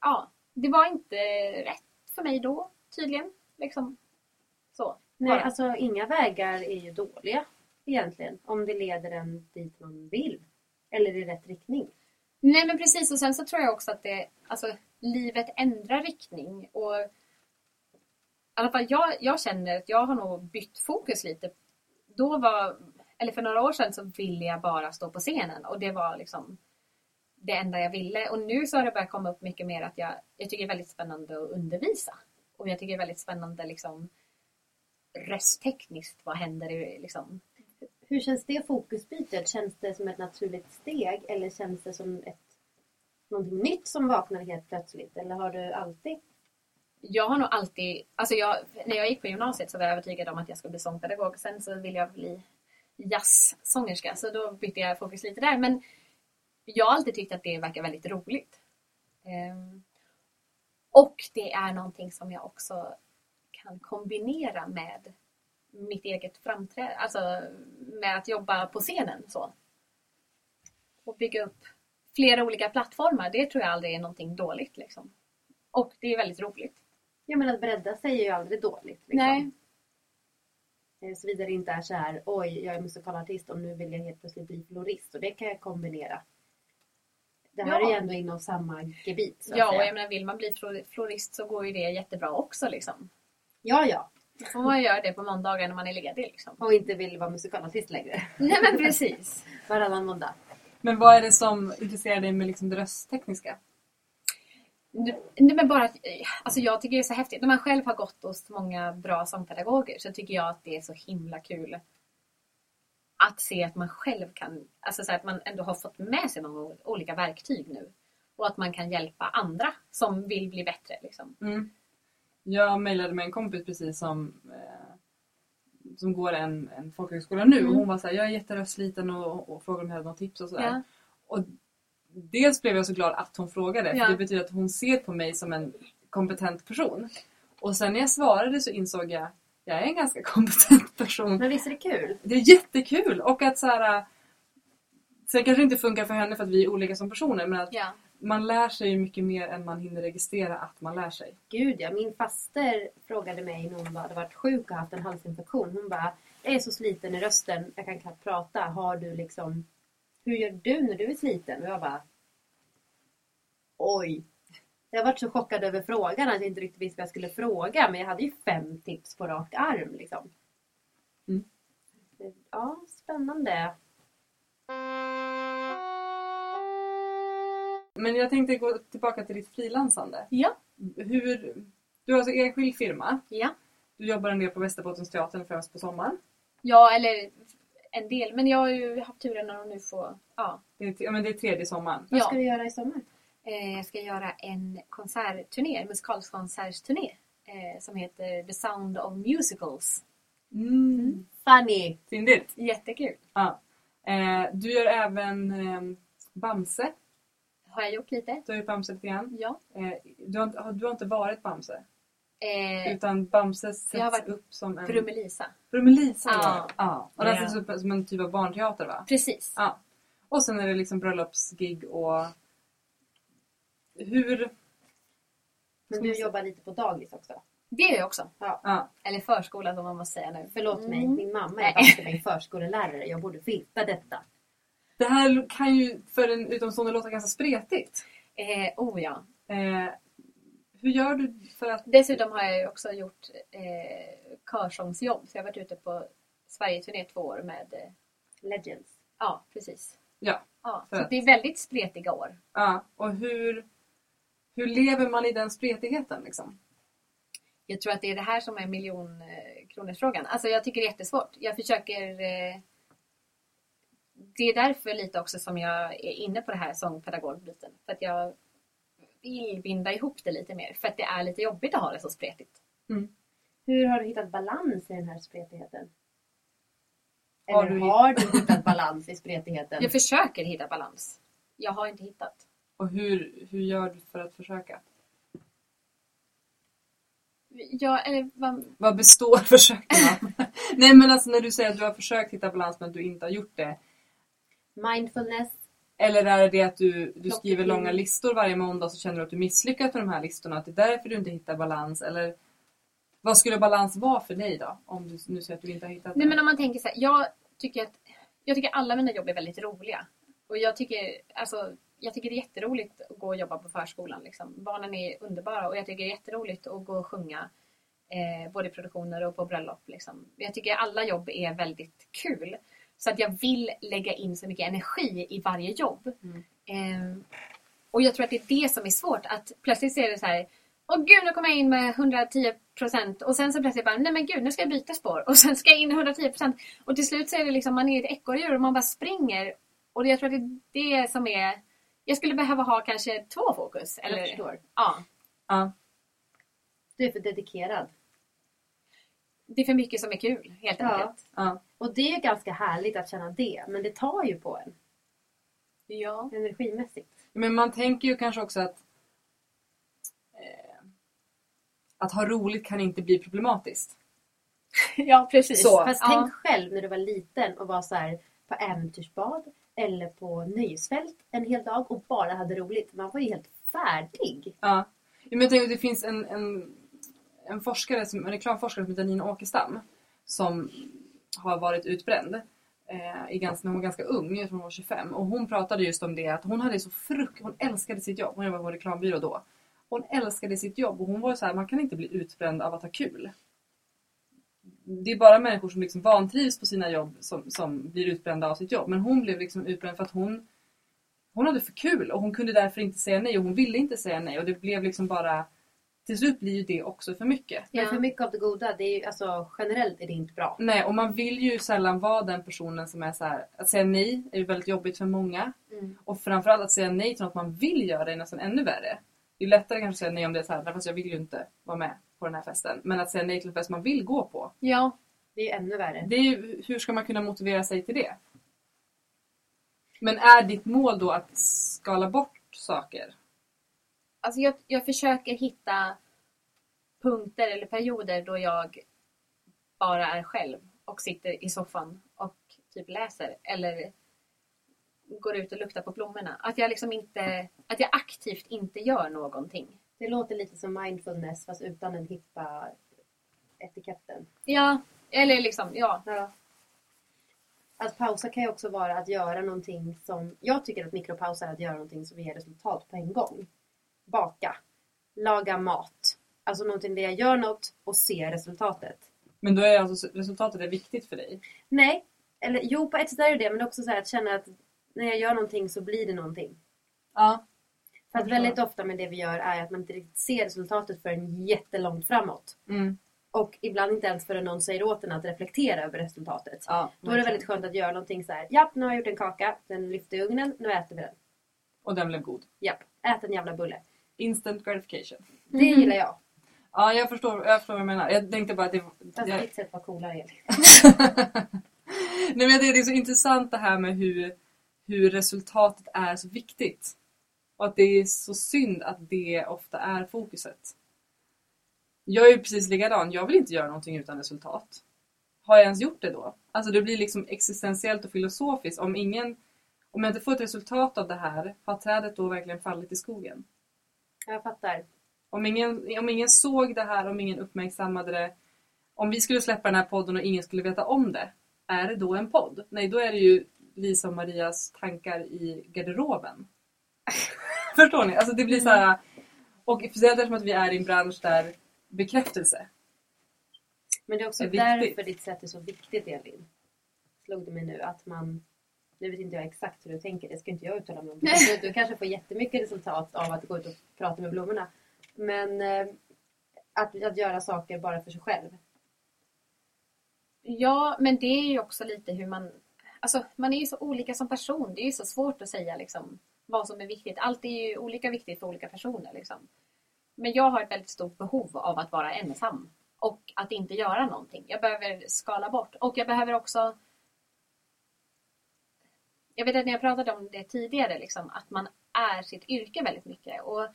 [SPEAKER 3] ja, det var inte rätt för mig då tydligen. Liksom. Så.
[SPEAKER 1] Nej,
[SPEAKER 3] Bara.
[SPEAKER 1] alltså inga vägar är ju dåliga egentligen. Om det leder en dit man vill. Eller i rätt riktning.
[SPEAKER 3] Nej men precis och sen så tror jag också att det, alltså livet ändrar riktning och i alla fall jag, jag känner att jag har nog bytt fokus lite. Då var, eller för några år sedan så ville jag bara stå på scenen och det var liksom det enda jag ville och nu så har det börjat komma upp mycket mer att jag, jag tycker det är väldigt spännande att undervisa och jag tycker det är väldigt spännande liksom rösttekniskt, vad händer i liksom
[SPEAKER 1] Hur känns det fokusbytet? Känns det som ett naturligt steg eller känns det som ett, någonting nytt som vaknar helt plötsligt? Eller har du alltid...
[SPEAKER 3] Jag har nog alltid, alltså jag, när jag gick på gymnasiet så var jag övertygad om att jag skulle bli sångpedagog. Sen så ville jag bli jazzsångerska så då bytte jag fokus lite där. Men jag har alltid tyckt att det verkar väldigt roligt. Ehm, och det är någonting som jag också kan kombinera med mitt eget framträdande, alltså med att jobba på scenen så. Och bygga upp flera olika plattformar, det tror jag aldrig är någonting dåligt liksom. Och det är väldigt roligt.
[SPEAKER 1] Jag menar att bredda sig är ju aldrig dåligt. Liksom.
[SPEAKER 3] Nej.
[SPEAKER 1] Eh, Såvida det inte är så här, oj jag är musikalartist och nu vill jag helt plötsligt bli florist och det kan jag kombinera. Det här
[SPEAKER 3] Ja.
[SPEAKER 1] är ju ändå inom samma gebit. Så att
[SPEAKER 3] Ja, och
[SPEAKER 1] säga.
[SPEAKER 3] jag menar vill man bli flor- florist så går ju det jättebra också liksom.
[SPEAKER 1] ja, ja.
[SPEAKER 3] Då får man ju göra det på måndagar när man är ledig liksom.
[SPEAKER 1] Och inte vill vara musikalartist längre. [LAUGHS]
[SPEAKER 3] Nej men precis.
[SPEAKER 1] Varannan måndag.
[SPEAKER 2] Men vad är det som intresserar dig med liksom det rösttekniska?
[SPEAKER 3] Nej men bara att, eh, alltså jag tycker det är så häftigt. När man själv har gått hos många bra sångpedagoger så tycker jag att det är så himla kul att se att man själv kan, alltså så här, att man ändå har fått med sig många olika verktyg nu. Och att man kan hjälpa andra som vill bli bättre liksom.
[SPEAKER 2] Mm. Jag mejlade med en kompis precis som, eh, som går en, en folkhögskola nu och
[SPEAKER 3] Mm.
[SPEAKER 2] hon var såhär, jag är jätteröstliten och, och frågade om jag hade något tips och sådär.
[SPEAKER 3] Ja.
[SPEAKER 2] Och dels blev jag så glad att hon frågade
[SPEAKER 3] Ja.
[SPEAKER 2] för det betyder att hon ser på mig som en kompetent person. Och sen när jag svarade så insåg jag, jag är en ganska [LAUGHS] kompetent person.
[SPEAKER 1] Men visst är det kul?
[SPEAKER 2] Det är jättekul! Och att så här. äh, Sen kanske det inte funkar för henne för att vi är olika som personer men att
[SPEAKER 3] Ja.
[SPEAKER 2] man lär sig ju mycket mer än man hinner registrera att man lär sig.
[SPEAKER 1] Gud ja, min faster frågade mig när hon hade varit sjuk och haft en halsinfektion. Hon bara, jag är så sliten i rösten, jag kan knappt prata. Har du liksom, hur gör du när du är sliten? Och jag bara, oj. Jag varit så chockad över frågan att jag inte riktigt visste vad jag skulle fråga. Men jag hade ju fem tips på rak arm liksom.
[SPEAKER 2] Mm.
[SPEAKER 1] Ja, spännande.
[SPEAKER 2] Men jag tänkte gå tillbaka till ditt frilansande.
[SPEAKER 3] Ja.
[SPEAKER 2] Hur, du har alltså enskild firma,
[SPEAKER 3] Ja.
[SPEAKER 2] du jobbar en del på Västerbottensteatern främst på sommaren.
[SPEAKER 3] Ja, eller en del. Men jag har ju haft turen att nu få... Ja.
[SPEAKER 2] Det är, ja, men det är tredje sommaren.
[SPEAKER 1] Vad
[SPEAKER 3] Ja.
[SPEAKER 1] ska du göra i sommar?
[SPEAKER 3] Eh, jag ska göra en konsertturné, en musikalkonsertturné. Eh, som heter The Sound of Musicals.
[SPEAKER 2] Mm.
[SPEAKER 1] Funny!
[SPEAKER 2] Fyndigt!
[SPEAKER 3] Jättekul!
[SPEAKER 2] Ja. Eh, du gör även eh, Bamse.
[SPEAKER 3] Har jag gjort lite?
[SPEAKER 2] Du har gjort Bamse lite grann.
[SPEAKER 3] Ja.
[SPEAKER 2] Eh, du, har, inte- har- du har inte varit Bamse?
[SPEAKER 3] Eh,
[SPEAKER 2] Utan Bamse sätts
[SPEAKER 3] jag har varit
[SPEAKER 2] upp som en...
[SPEAKER 3] Brummelisa.
[SPEAKER 2] Brummelisa!
[SPEAKER 3] Ja.
[SPEAKER 2] ja. Och den
[SPEAKER 3] Ja.
[SPEAKER 2] sätts upp som en typ av barnteater va?
[SPEAKER 3] Precis.
[SPEAKER 2] Ja. Och sen är det liksom bröllopsgig och... Hur...
[SPEAKER 1] Men du jobbar lite på dagis också.
[SPEAKER 3] Det gör jag också.
[SPEAKER 2] Ja.
[SPEAKER 3] Eller förskola som man måste säga nu.
[SPEAKER 1] Förlåt mig,
[SPEAKER 3] Mm.
[SPEAKER 1] min mamma
[SPEAKER 3] Nej.
[SPEAKER 1] är Backebäck förskollärare. Jag borde filta detta.
[SPEAKER 2] Det här kan ju för en utomstående låta ganska spretigt.
[SPEAKER 3] Eh, oh ja.
[SPEAKER 2] Eh, hur gör du för att...
[SPEAKER 3] Dessutom har jag ju också gjort eh, körsångsjobb. Så jag har varit ute på Sverige-turné två år med... eh,
[SPEAKER 1] Legends.
[SPEAKER 3] Ja, precis.
[SPEAKER 2] Ja.
[SPEAKER 3] Ja,
[SPEAKER 2] För
[SPEAKER 3] så
[SPEAKER 2] att-
[SPEAKER 3] det är väldigt spretiga år.
[SPEAKER 2] ja. Och hur, hur lever man i den spretigheten liksom?
[SPEAKER 3] Jag tror att det är det här som är miljonkronorsfrågan. Alltså jag tycker det är jättesvårt. Jag försöker... eh, Det är därför lite också som jag är inne på det här sångpedagogbiten. För att jag vill binda ihop det lite mer. För att det är lite jobbigt att ha det så spretigt.
[SPEAKER 1] Hur har du hittat balans i den här spretigheten? Eller
[SPEAKER 2] Har
[SPEAKER 1] har du,
[SPEAKER 2] du-
[SPEAKER 1] hittat balans i spretigheten?
[SPEAKER 3] Jag försöker hitta balans. Jag har inte hittat.
[SPEAKER 2] Och hur, hur gör du för att försöka?
[SPEAKER 3] Jag, eller, vad,
[SPEAKER 2] Vad består [LAUGHS] försöken av? Nej men alltså när du säger att du har försökt hitta balans men att du inte har gjort det.
[SPEAKER 1] [LAUGHS] Mindfulness.
[SPEAKER 2] Eller är det att du, du
[SPEAKER 1] Klockan-
[SPEAKER 2] skriver långa listor varje måndag så känner du att du misslyckas med de här listorna? Att det är därför du inte hittar balans? Eller vad skulle balans vara för dig då? Om du nu säger att du inte har hittat
[SPEAKER 3] Nej
[SPEAKER 2] det.
[SPEAKER 3] men om man tänker så här, jag tycker att jag tycker alla mina jobb är väldigt roliga. Och jag tycker, alltså, jag tycker det är jätteroligt att gå och jobba på förskolan. Liksom. Barnen är underbara och jag tycker det är jätteroligt att gå och sjunga eh, både i produktioner och på bröllop. Liksom. Jag tycker alla jobb är väldigt kul. Så att jag vill lägga in så mycket energi i varje jobb.
[SPEAKER 2] Mm.
[SPEAKER 3] Ehm, och jag tror att det är det som är svårt. Att plötsligt ser det så här. Åh gud, nu kommer jag in med 110 procent. Och sen så plötsligt bara, nej men gud, nu ska jag byta spår. Och sen ska jag in 110 procent. Och till slut så är det liksom, man är ett ekorrdjur och man bara springer. Och jag tror att det är det som är... Jag skulle behöva ha kanske två fokus.
[SPEAKER 1] Eller... Jag
[SPEAKER 3] Eller,
[SPEAKER 1] förstår.
[SPEAKER 3] ja,
[SPEAKER 2] Ja.
[SPEAKER 1] Du är för dedikerad.
[SPEAKER 3] det är för mycket som är kul, helt
[SPEAKER 1] Ja.
[SPEAKER 3] enkelt.
[SPEAKER 2] Ja.
[SPEAKER 1] Och det är ganska härligt att känna det. Men det tar ju på en.
[SPEAKER 3] Ja.
[SPEAKER 1] [LAUGHS] Energimässigt.
[SPEAKER 2] Men man tänker ju kanske också att eh, att ha roligt kan inte bli problematiskt.
[SPEAKER 3] ja, precis.
[SPEAKER 2] Så.
[SPEAKER 1] Fast
[SPEAKER 3] Ja.
[SPEAKER 1] tänk själv när du var liten och var så här på äventyrsbad eller på nöjesfält en hel dag och bara hade roligt. Man var ju helt färdig.
[SPEAKER 2] Ja. Ja, Men jag tänker, att det finns en, en, en, forskare som, en reklamforskare som heter Nina Åkerstam som har varit utbränd eh, i ganska, när hon var ganska ung, jag tror hon var 25. Och hon pratade just om det att hon hade så frukt, hon älskade sitt jobb. Hon jobbade på en reklambyrå då. Hon älskade sitt jobb och hon var så här, man kan inte bli utbränd av att ha kul. Det är bara människor som liksom vantrivs på sina jobb som, som blir utbrända av sitt jobb. Men hon blev liksom utbränd för att hon hon hade för kul och hon kunde därför inte säga nej och hon ville inte säga nej och det blev liksom bara till slut blir ju det också för mycket.
[SPEAKER 1] Men
[SPEAKER 3] Ja.
[SPEAKER 1] för mycket av det goda, det är ju, alltså, generellt är det inte bra.
[SPEAKER 2] Nej och man vill ju sällan vara den personen som är så här. att säga nej är ju väldigt jobbigt för många
[SPEAKER 1] Mm.
[SPEAKER 2] och framförallt att säga nej till något man vill göra är nästan ännu värre. Det är lättare kanske att säga nej om det är så här, "Nej, fast jag vill ju inte vara med på den här festen. Men att säga nej till en fest man vill gå på.
[SPEAKER 3] ja.
[SPEAKER 1] Det är ju ännu värre.
[SPEAKER 2] Det är ju, hur ska man kunna motivera sig till det? Men är ditt mål då att skala bort saker?
[SPEAKER 3] Alltså jag, jag försöker hitta punkter eller perioder då jag bara är själv och sitter i soffan och typ läser eller går ut och luktar på blommorna. Att jag liksom inte, att jag aktivt inte gör någonting.
[SPEAKER 1] Det låter lite som mindfulness fast utan den hippa etiketten.
[SPEAKER 3] Ja, eller liksom, ja.
[SPEAKER 1] Att pausa kan ju också vara att göra någonting som... Jag tycker att mikropauser är att göra någonting som ger resultat på en gång. Baka. Laga mat. Alltså någonting där jag gör något och ser resultatet.
[SPEAKER 2] Men då är alltså resultatet är viktigt för dig?
[SPEAKER 1] Nej. Eller jo, på ett sätt är det det. Men det är också så här att känna att när jag gör någonting så blir det någonting.
[SPEAKER 2] Ja.
[SPEAKER 1] För
[SPEAKER 2] Jag
[SPEAKER 1] att
[SPEAKER 2] förstår.
[SPEAKER 1] väldigt ofta med det vi gör är att man inte riktigt ser resultatet förrän jättelångt framåt.
[SPEAKER 2] Mm.
[SPEAKER 1] Och ibland inte ens förrän någon säger åt en att reflektera över resultatet.
[SPEAKER 2] ja
[SPEAKER 1] Då är det väldigt skönt att göra någonting så här. Japp, nu har jag gjort en kaka. Den lyfte i ugnen. Nu äter vi den.
[SPEAKER 2] Och den blev god.
[SPEAKER 1] Japp, ät en jävla bulle.
[SPEAKER 2] Instant gratification.
[SPEAKER 1] Det
[SPEAKER 3] Mhm.
[SPEAKER 1] gillar jag.
[SPEAKER 2] Ja, jag förstår, jag förstår vad du menar. Jag tänkte bara att det...
[SPEAKER 1] Fast
[SPEAKER 2] jag,
[SPEAKER 1] ditt sätt var coolare Elin.
[SPEAKER 2] nej, men jag tycker det är så intressant det här med hur, hur resultatet är så viktigt. Och att det är så synd att det ofta är fokuset. Jag är ju precis likadan. Jag vill inte göra någonting utan resultat. Har jag ens gjort det då? Alltså det blir liksom existentiellt och filosofiskt om ingen... Om jag inte får ett resultat av det här, har trädet då verkligen fallit i skogen?
[SPEAKER 1] Jag fattar.
[SPEAKER 2] Om ingen, om ingen såg det här, om ingen uppmärksammade det. Om vi skulle släppa den här podden och ingen skulle veta om det. Är det då en podd? Nej, då är det ju Lisa och Marias tankar i garderoben. [LAUGHS] Förstår ni? Alltså det blir så här. Och speciellt eftersom att vi är i en bransch där bekräftelse
[SPEAKER 1] Men det är också
[SPEAKER 2] är viktigt.
[SPEAKER 1] därför ditt sätt är så viktigt Elin. Slog det mig nu att man... Nu vet inte jag exakt hur du tänker, det ska inte jag uttala mig om.
[SPEAKER 3] Nej.
[SPEAKER 1] Du kanske får jättemycket resultat av att gå ut och prata med blommorna. Men eh, att, att göra saker bara för sig själv.
[SPEAKER 3] Ja, men det är ju också lite hur man... Alltså, man är ju så olika som person. Det är ju så svårt att säga liksom, vad som är viktigt. Allt är ju olika viktigt för olika personer. Liksom. Men jag har ett väldigt stort behov av att vara ensam. Och att inte göra någonting. Jag behöver skala bort. Och jag behöver också... Jag vet att när jag pratade om det tidigare, liksom, att man är sitt yrke väldigt mycket. Och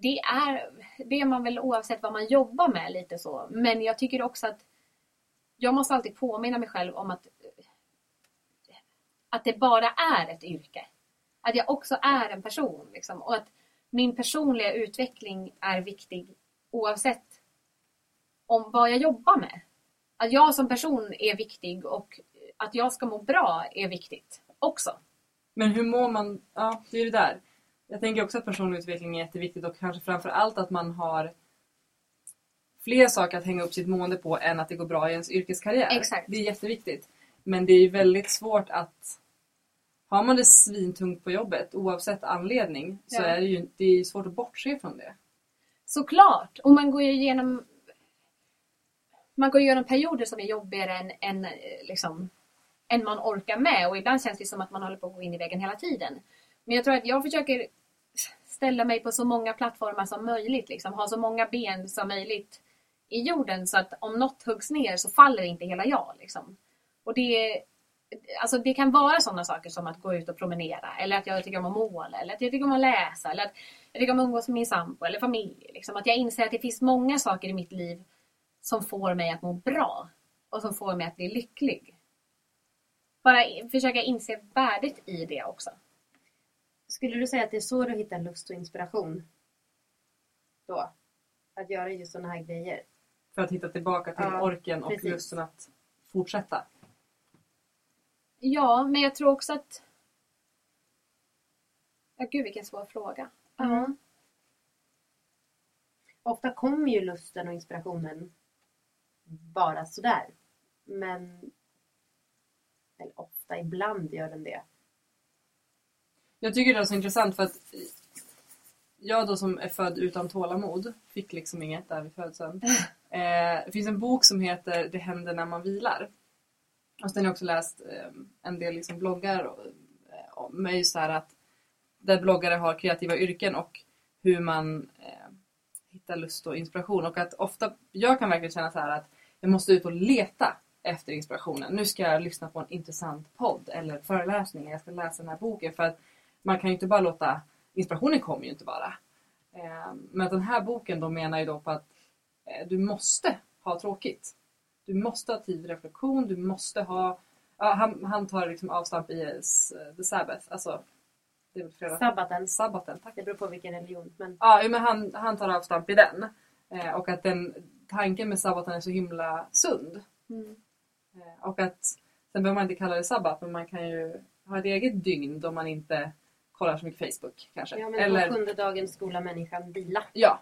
[SPEAKER 3] det är, det är man väl oavsett vad man jobbar med lite så. Men jag tycker också att jag måste alltid påminna mig själv om att, eh, att det bara är ett yrke. Att jag också är en person. Liksom, och att min personliga utveckling är viktig oavsett om vad jag jobbar med. Att jag som person är viktig och att jag ska må bra är viktigt också.
[SPEAKER 2] Men hur mår man? Ja, det är det där. Jag tänker också att personlig utveckling är jätteviktigt och kanske framför allt att man har fler saker att hänga upp sitt mående på än att det går bra i ens yrkeskarriär.
[SPEAKER 3] Exakt.
[SPEAKER 2] Det är jätteviktigt. Men det är ju väldigt svårt att har man det svintungt på jobbet oavsett anledning så
[SPEAKER 3] Ja.
[SPEAKER 2] är det ju det är ju svårt att bortse från det.
[SPEAKER 3] Såklart! Och man går ju igenom man går igenom perioder som är jobbigare än, än, eh, liksom, än man orkar med och ibland känns det som att man håller på att gå in i väggen hela tiden. Men jag tror att jag försöker ställa mig på så många plattformar som möjligt, liksom, ha så många ben som möjligt i jorden så att om något huggs ner så faller inte hela jag. Liksom. Och det, alltså det kan vara sådana saker som att gå ut och promenera eller att jag tycker om att måla eller att jag tycker om att läsa eller att jag tycker om att umgås med min sambo eller familj. Liksom. Att jag inser att det finns många saker i mitt liv som får mig att må bra och som får mig att bli lycklig. Bara i- försöka inse värdet i det också.
[SPEAKER 1] Skulle du säga att det är så du hittar lust och inspiration? Då? Att göra just sådana här grejer?
[SPEAKER 2] För att hitta tillbaka till
[SPEAKER 1] Ja,
[SPEAKER 2] orken och
[SPEAKER 1] precis.
[SPEAKER 2] lusten att fortsätta.
[SPEAKER 3] Ja, men jag tror också att... Ja, gud vilken svår fråga.
[SPEAKER 1] Ja. Mm. Ofta kommer ju lusten och inspirationen bara sådär. Men... Eller ofta, ibland gör den det.
[SPEAKER 2] Jag tycker det är så intressant för att jag då som är född utan tålamod fick liksom inget där vid födseln. Eh, det finns en bok som heter Det händer när man vilar. Och sen har jag också läst eh, en del liksom bloggar och, eh, om är ju så här att där bloggare har kreativa yrken och hur man eh, hittar lust och inspiration. Och att ofta, jag kan verkligen känna så här att jag måste ut och leta efter inspirationen. Nu ska jag lyssna på en intressant podd eller föreläsning. Jag ska läsa den här boken. För att man kan ju inte bara låta, inspirationen kommer ju inte bara. Eh, Men att den här boken då menar ju då på att eh, du måste ha tråkigt. Du måste ha tid till reflektion, du måste ha... Ja, han, han tar liksom avstamp i eh, The Sabbath, alltså... Det är väl fredag?
[SPEAKER 1] Sabbaten.
[SPEAKER 2] Sabbaten, tack.
[SPEAKER 1] Det beror på vilken religion. Men
[SPEAKER 2] Ja, jo, men han, han tar avstamp i den. Eh, och att den tanken med sabbaten är så himla sund.
[SPEAKER 1] Mm.
[SPEAKER 2] Eh, och att sen behöver man inte kalla det sabbat, men man kan ju ha ett eget dygn då man inte kollar så mycket Facebook kanske.
[SPEAKER 1] ja, men
[SPEAKER 2] Eller,
[SPEAKER 1] på sjunde dagen skola människan vila.
[SPEAKER 2] ja.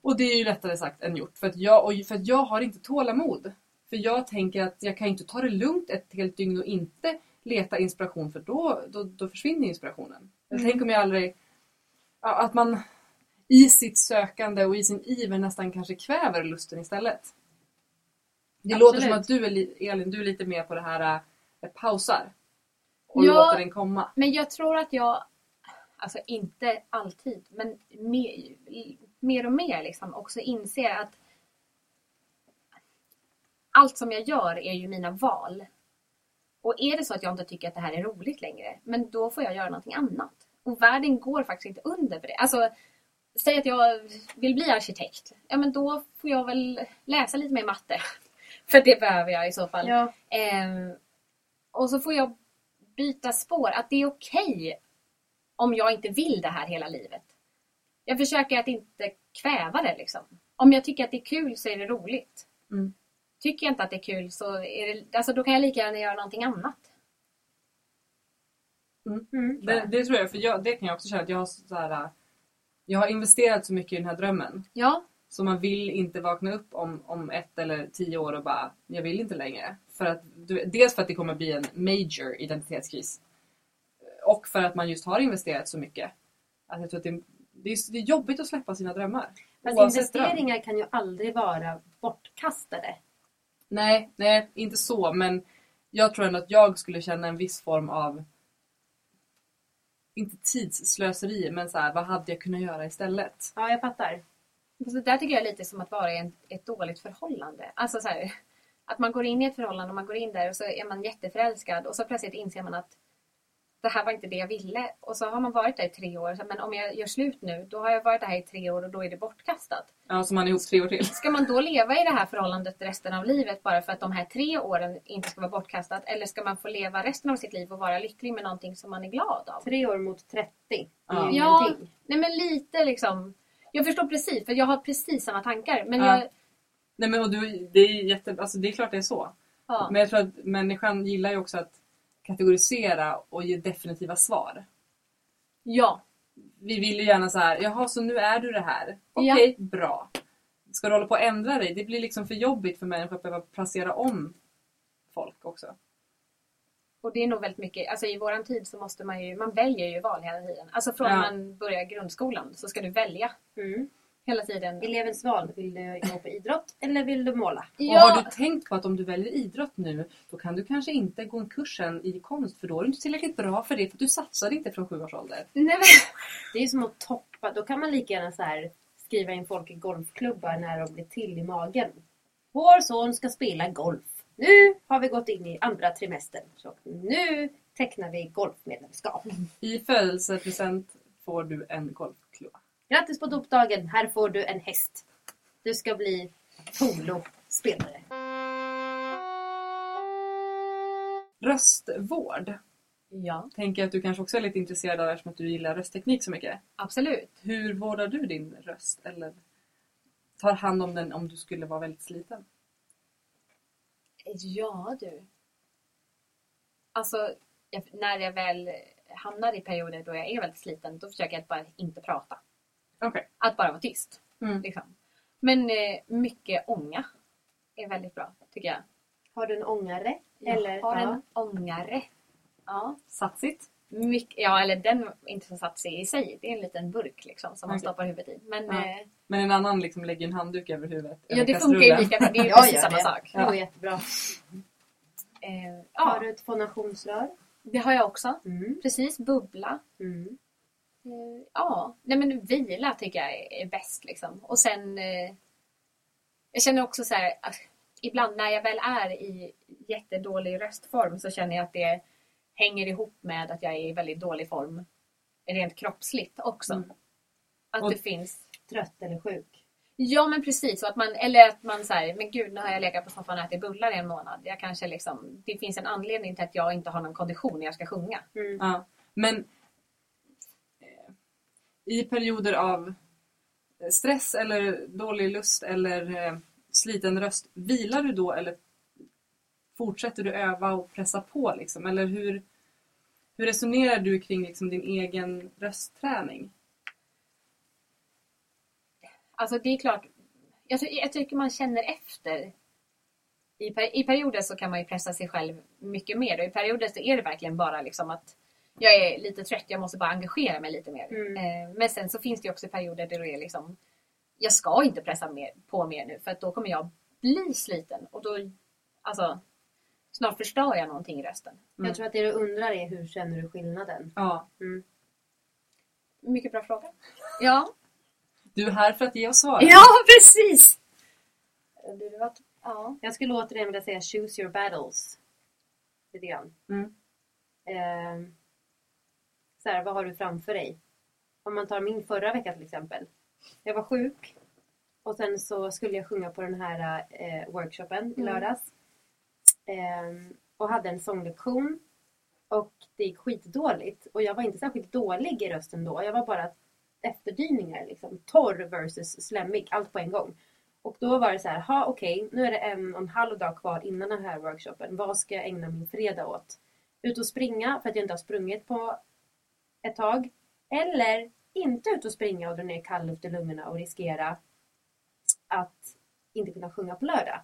[SPEAKER 2] Och det är ju lättare sagt än gjort. För att jag, och för att jag har inte tålamod. För jag tänker att jag kan inte ta det lugnt ett helt dygn och inte leta inspiration för då, då, då försvinner inspirationen. Jag Tänk om jag aldrig... Ja, att man i sitt sökande och i sin iver nästan kanske kväver lusten istället. Det
[SPEAKER 1] Absolut.
[SPEAKER 2] låter som att du är, li- Elin, du är lite mer på det här eh, pausar. Och
[SPEAKER 3] Ja.
[SPEAKER 2] låter den komma.
[SPEAKER 3] Men jag tror att jag, alltså inte alltid, men mer, mer och mer liksom också inser att allt som jag gör är ju mina val. Och är det så att jag inte tycker att det här är roligt längre, men då får jag göra någonting annat. Och världen går faktiskt inte under för det. Alltså, säg att jag vill bli arkitekt. Ja, men då får jag väl läsa lite mer matte. [LAUGHS] För det behöver jag i så fall.
[SPEAKER 1] Ja.
[SPEAKER 3] Ehm, och så får jag byta spår. Att det är okej om jag inte vill det här hela livet. Jag försöker att inte kväva det liksom. Om jag tycker att det är kul så är det roligt.
[SPEAKER 2] Mm.
[SPEAKER 3] Tycker jag inte att det är kul så är det, alltså, då kan jag lika gärna göra någonting annat.
[SPEAKER 1] Mm.
[SPEAKER 2] Det, det äh, tror jag, för jag, det kan jag också känna att jag har så här, eh, Jag har investerat så mycket i den här drömmen.
[SPEAKER 3] Ja,
[SPEAKER 2] Så man vill inte vakna upp om, om ett eller tio år och bara, jag vill inte längre. För att, du- dels för att det kommer bli en major identitetskris. Och för att man just har investerat så mycket. Att jag tror att det, är- det, är, det är jobbigt att släppa sina drömmar.
[SPEAKER 1] Fast
[SPEAKER 2] Oavsett dröm.
[SPEAKER 1] investeringar kan ju aldrig vara bortkastade.
[SPEAKER 2] Nej, nej, inte så. Men jag tror ändå att jag skulle känna en viss form av inte tidsslöseri, men så här, vad hade jag kunnat göra istället?
[SPEAKER 1] Ja, jag fattar.
[SPEAKER 3] Fast det där tycker jag är lite som att vara i en, ett dåligt förhållande. Alltså så här, att man går in i ett förhållande och man går in där och så är man jätteförälskad och så plötsligt inser man att det här var inte det jag ville. Och så har man varit där i tre år. Så, Men om jag gör slut nu, då har jag varit där i tre år och då är det bortkastat.
[SPEAKER 2] Ja, som man är ihop tre år till.
[SPEAKER 3] Ska man då leva i det här förhållandet resten av livet bara för att de här tre åren inte ska vara bortkastat? Eller ska man få leva resten av sitt liv och vara lycklig med någonting som man är glad av?
[SPEAKER 1] Tre år mot 30. Det är ju
[SPEAKER 3] Ja.
[SPEAKER 1] ingenting.
[SPEAKER 3] Nej men lite liksom. Jag förstår precis, för jag har precis samma tankar. Men
[SPEAKER 2] Ja.
[SPEAKER 3] jag...
[SPEAKER 2] [LAUGHS] Nej, men och du, det, är jätte, alltså, det är klart det är så.
[SPEAKER 3] Ja.
[SPEAKER 2] Men jag tror att människan gillar ju också att kategorisera och ge definitiva svar.
[SPEAKER 3] ja.
[SPEAKER 2] Vi vill ju gärna så här, jaha så nu är du det här. Okej,
[SPEAKER 3] Ja.
[SPEAKER 2] bra. Ska du hålla på och ändra dig? Det blir liksom för jobbigt för människor att behöva placera om folk också.
[SPEAKER 3] Och det är nog väldigt mycket, alltså i våran tid så måste man ju, man väljer ju val hela tiden. Alltså från
[SPEAKER 2] Ja.
[SPEAKER 3] man börjar grundskolan så ska du välja
[SPEAKER 1] Mm.
[SPEAKER 3] hela tiden.
[SPEAKER 1] Elevens val. Vill du gå på idrott eller vill du måla?
[SPEAKER 2] Och
[SPEAKER 3] Ja,
[SPEAKER 2] har du tänkt på att om du väljer idrott nu då kan du kanske inte gå en kursen i konst för då är du inte tillräckligt bra för det för att du satsade inte från sju års ålder.
[SPEAKER 3] nej men,
[SPEAKER 1] Det är ju som att toppa. Då kan man lika gärna så här skriva in folk i golfklubbar när de blir till i magen. Vår son ska spela golf. Nu har vi gått in i andra trimestern. Så nu tecknar vi golfmedlemskap.
[SPEAKER 2] I födelsepresent får du en golfklubba.
[SPEAKER 1] Grattis på dopdagen. Här får du en häst. Du ska bli polospelare.
[SPEAKER 2] Röstvård
[SPEAKER 3] ja,
[SPEAKER 2] tänker jag att du kanske också är lite intresserad av eftersom att du gillar röstteknik så mycket.
[SPEAKER 3] absolut.
[SPEAKER 2] Hur vårdar du din röst eller tar hand om den om du skulle vara väldigt sliten?
[SPEAKER 3] Ja du. Alltså, jag, när jag väl hamnar i perioder då jag är väldigt sliten, då försöker jag att bara inte prata.
[SPEAKER 2] Okej.
[SPEAKER 3] Att bara vara tyst.
[SPEAKER 2] Mm.
[SPEAKER 3] Liksom. Men eh, mycket ånga är väldigt bra, tycker jag.
[SPEAKER 1] Har du en ångare? Eller,
[SPEAKER 3] jag har
[SPEAKER 1] ja.
[SPEAKER 3] en ångare. Ja.
[SPEAKER 2] Satsigt.
[SPEAKER 3] Mycket, ja, eller den är inte så satsig i sig. Det är en liten burk liksom, som man
[SPEAKER 2] Okej.
[SPEAKER 3] stoppar huvudet i. Men
[SPEAKER 2] Ja.
[SPEAKER 3] eh,
[SPEAKER 2] Men en annan liksom lägger en handduk över huvudet.
[SPEAKER 3] ja,
[SPEAKER 2] över
[SPEAKER 3] det funkar ju
[SPEAKER 2] kastrullen. [LAUGHS]
[SPEAKER 3] lika bra. Det är ju
[SPEAKER 1] Jag
[SPEAKER 3] precis
[SPEAKER 1] gör
[SPEAKER 3] samma
[SPEAKER 1] det.
[SPEAKER 3] sak.
[SPEAKER 1] Det går jättebra.
[SPEAKER 3] Eh,
[SPEAKER 1] Har
[SPEAKER 3] ja,
[SPEAKER 1] du ett fonationsrör?
[SPEAKER 3] det har jag också.
[SPEAKER 1] Mm.
[SPEAKER 3] Precis, bubbla.
[SPEAKER 1] Mm.
[SPEAKER 3] Eh, ja, nej men vila tycker jag är, är bäst liksom. Och sen... Eh, jag känner också så här... att Ibland när jag väl är i jättedålig röstform så känner jag att det hänger ihop med att jag är i väldigt dålig form rent kroppsligt också.
[SPEAKER 2] Mm.
[SPEAKER 3] Att
[SPEAKER 2] Och-
[SPEAKER 3] det finns
[SPEAKER 1] Trött eller sjuk?
[SPEAKER 3] Ja men precis, och att man, eller att man säger men gud nu har jag legat på soffan och ätit bullar i en månad. Jag kanske liksom, det finns en anledning till att jag inte har någon kondition när jag ska sjunga.
[SPEAKER 1] Mm.
[SPEAKER 2] Ja. Men eh, i perioder av eh, stress eller dålig lust eller eh, sliten röst, vilar du då eller fortsätter du öva och pressa på? Liksom? Eller hur, hur resonerar du kring liksom, din egen röstträning?
[SPEAKER 3] Alltså det är klart, jag, ty- jag tycker man känner efter. I, per, I perioder så kan man ju pressa sig själv mycket mer och i perioder så är det verkligen bara liksom att jag är lite trött, jag måste bara engagera mig lite mer.
[SPEAKER 1] Mm.
[SPEAKER 3] Eh, men sen så finns det ju också perioder där det är liksom, jag ska inte pressa mer, på mer nu för att då kommer jag bli sliten och då, alltså snart förstör jag någonting i rösten.
[SPEAKER 2] Mm.
[SPEAKER 1] Jag tror att det du undrar är hur känner du skillnaden?
[SPEAKER 2] Ja.
[SPEAKER 1] Mm.
[SPEAKER 3] Mycket bra fråga. Ja,
[SPEAKER 2] Du är här för att ge oss svar.
[SPEAKER 3] [LAUGHS] ja precis! Det var, ja.
[SPEAKER 1] Jag skulle återigen vilja säga choose your battles. Lite grann.
[SPEAKER 2] Mm.
[SPEAKER 1] Eh, så här, vad har du framför dig? Om man tar min förra vecka till exempel. Jag var sjuk och sen så skulle jag sjunga på den här eh, workshopen i
[SPEAKER 3] Mm.
[SPEAKER 1] lördags. Eh, och hade en sånglektion och det gick skitdåligt. Och jag var inte särskilt dålig i rösten då. Jag var bara efterdyningar liksom. Torr versus slemmig, allt på en gång. Och då var det så här, ha okej, nu är det en och en halv dag kvar innan den här workshopen. Vad ska jag ägna min fredag åt? Ut och springa för att jag inte har sprungit på ett tag. Eller inte ut och springa och dra ner kall luft i lungorna och riskera att inte kunna sjunga på lördag.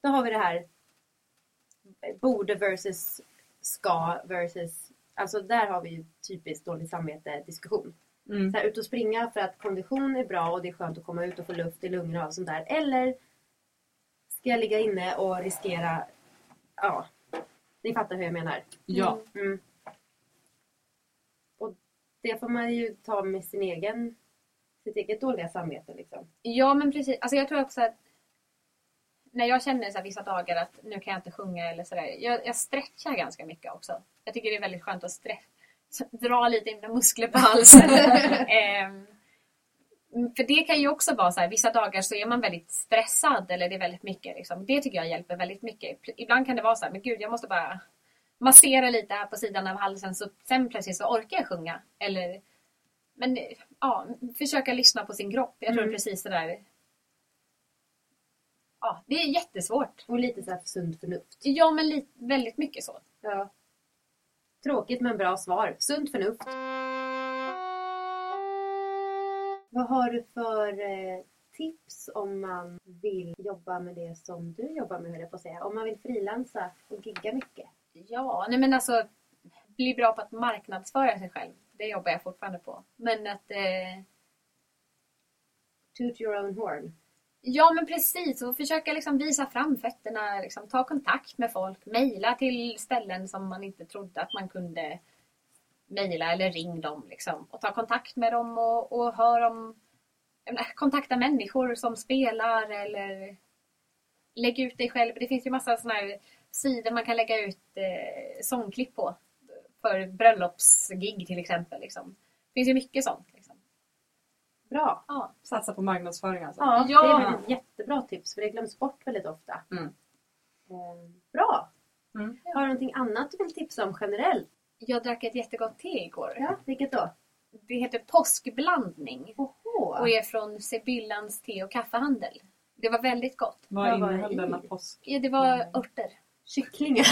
[SPEAKER 1] Då har vi det här borde versus ska versus... Alltså där har vi ju typiskt dåligt samvete diskussion.
[SPEAKER 2] Mm.
[SPEAKER 1] Så här, ut och springa för att kondition är bra och det är skönt att komma ut och få luft i lungorna och allt sånt där. Eller ska jag ligga inne och riskera... Ja, ni fattar hur jag menar.
[SPEAKER 2] Ja.
[SPEAKER 1] Mm. Och det får man ju ta med sin egen, sitt eget dåliga samvete liksom.
[SPEAKER 3] Ja men precis. Alltså jag tror också att när jag känner så här vissa dagar att nu kan jag inte sjunga eller sådär. Jag, jag stretchar ganska mycket också. Jag tycker det är väldigt skönt att stretch, dra lite i mina muskler på halsen. [LAUGHS] Ehm, för det kan ju också vara så här, vissa dagar så är man väldigt stressad eller det är väldigt mycket. Liksom. Det tycker jag hjälper väldigt mycket. Ibland kan det vara så här, men gud jag måste bara massera lite här på sidan av halsen så sen plötsligt så orkar jag sjunga. Eller, men ja, försöka lyssna på sin kropp. Jag tror
[SPEAKER 1] Mm.
[SPEAKER 3] precis det där. Ja, det är jättesvårt.
[SPEAKER 1] Och lite så här sunt förnuft.
[SPEAKER 3] Ja, men li- väldigt mycket så.
[SPEAKER 1] Ja. Tråkigt men bra svar. Sunt förnuft. Vad har du för eh, tips om man vill jobba med det som du jobbar med höll jag på att säga. Om man vill frilansa och gigga mycket.
[SPEAKER 3] Ja, nej men alltså bli bra på att marknadsföra sig själv. Det jobbar jag fortfarande på. Men att eh,
[SPEAKER 1] Toot your own horn.
[SPEAKER 3] Ja men precis och försöka liksom visa fram fötterna, liksom, ta kontakt med folk, mejla till ställen som man inte trodde att man kunde mejla eller ring dem liksom, och ta kontakt med dem och, och hör om, jag menar, kontakta människor som spelar eller lägg ut dig själv. Det finns ju massa sådana här sidor man kan lägga ut eh, sångklipp på för bröllopsgig till exempel. Liksom. Det finns ju mycket sånt. Liksom.
[SPEAKER 1] Bra!
[SPEAKER 3] Ja.
[SPEAKER 2] Satsa på marknadsföring alltså.
[SPEAKER 1] Ja,
[SPEAKER 3] Ja.
[SPEAKER 1] det är ett jättebra tips för det glöms bort väldigt ofta.
[SPEAKER 2] Mm.
[SPEAKER 1] Eh, Bra!
[SPEAKER 2] Mm.
[SPEAKER 1] Har du någonting annat du vill tipsa om generellt?
[SPEAKER 3] Jag drack ett jättegott te igår.
[SPEAKER 1] Ja, vilket då?
[SPEAKER 3] Det heter påskblandning
[SPEAKER 1] Oho.
[SPEAKER 3] och är från Sibyllans te och kaffehandel. Det var väldigt gott.
[SPEAKER 2] Vad
[SPEAKER 1] Vad var
[SPEAKER 2] innehöll
[SPEAKER 1] det i?
[SPEAKER 2] denna påsk?
[SPEAKER 3] Ja, Det var
[SPEAKER 2] Mm.
[SPEAKER 3] örter.
[SPEAKER 2] [LAUGHS]
[SPEAKER 1] Kycklingar.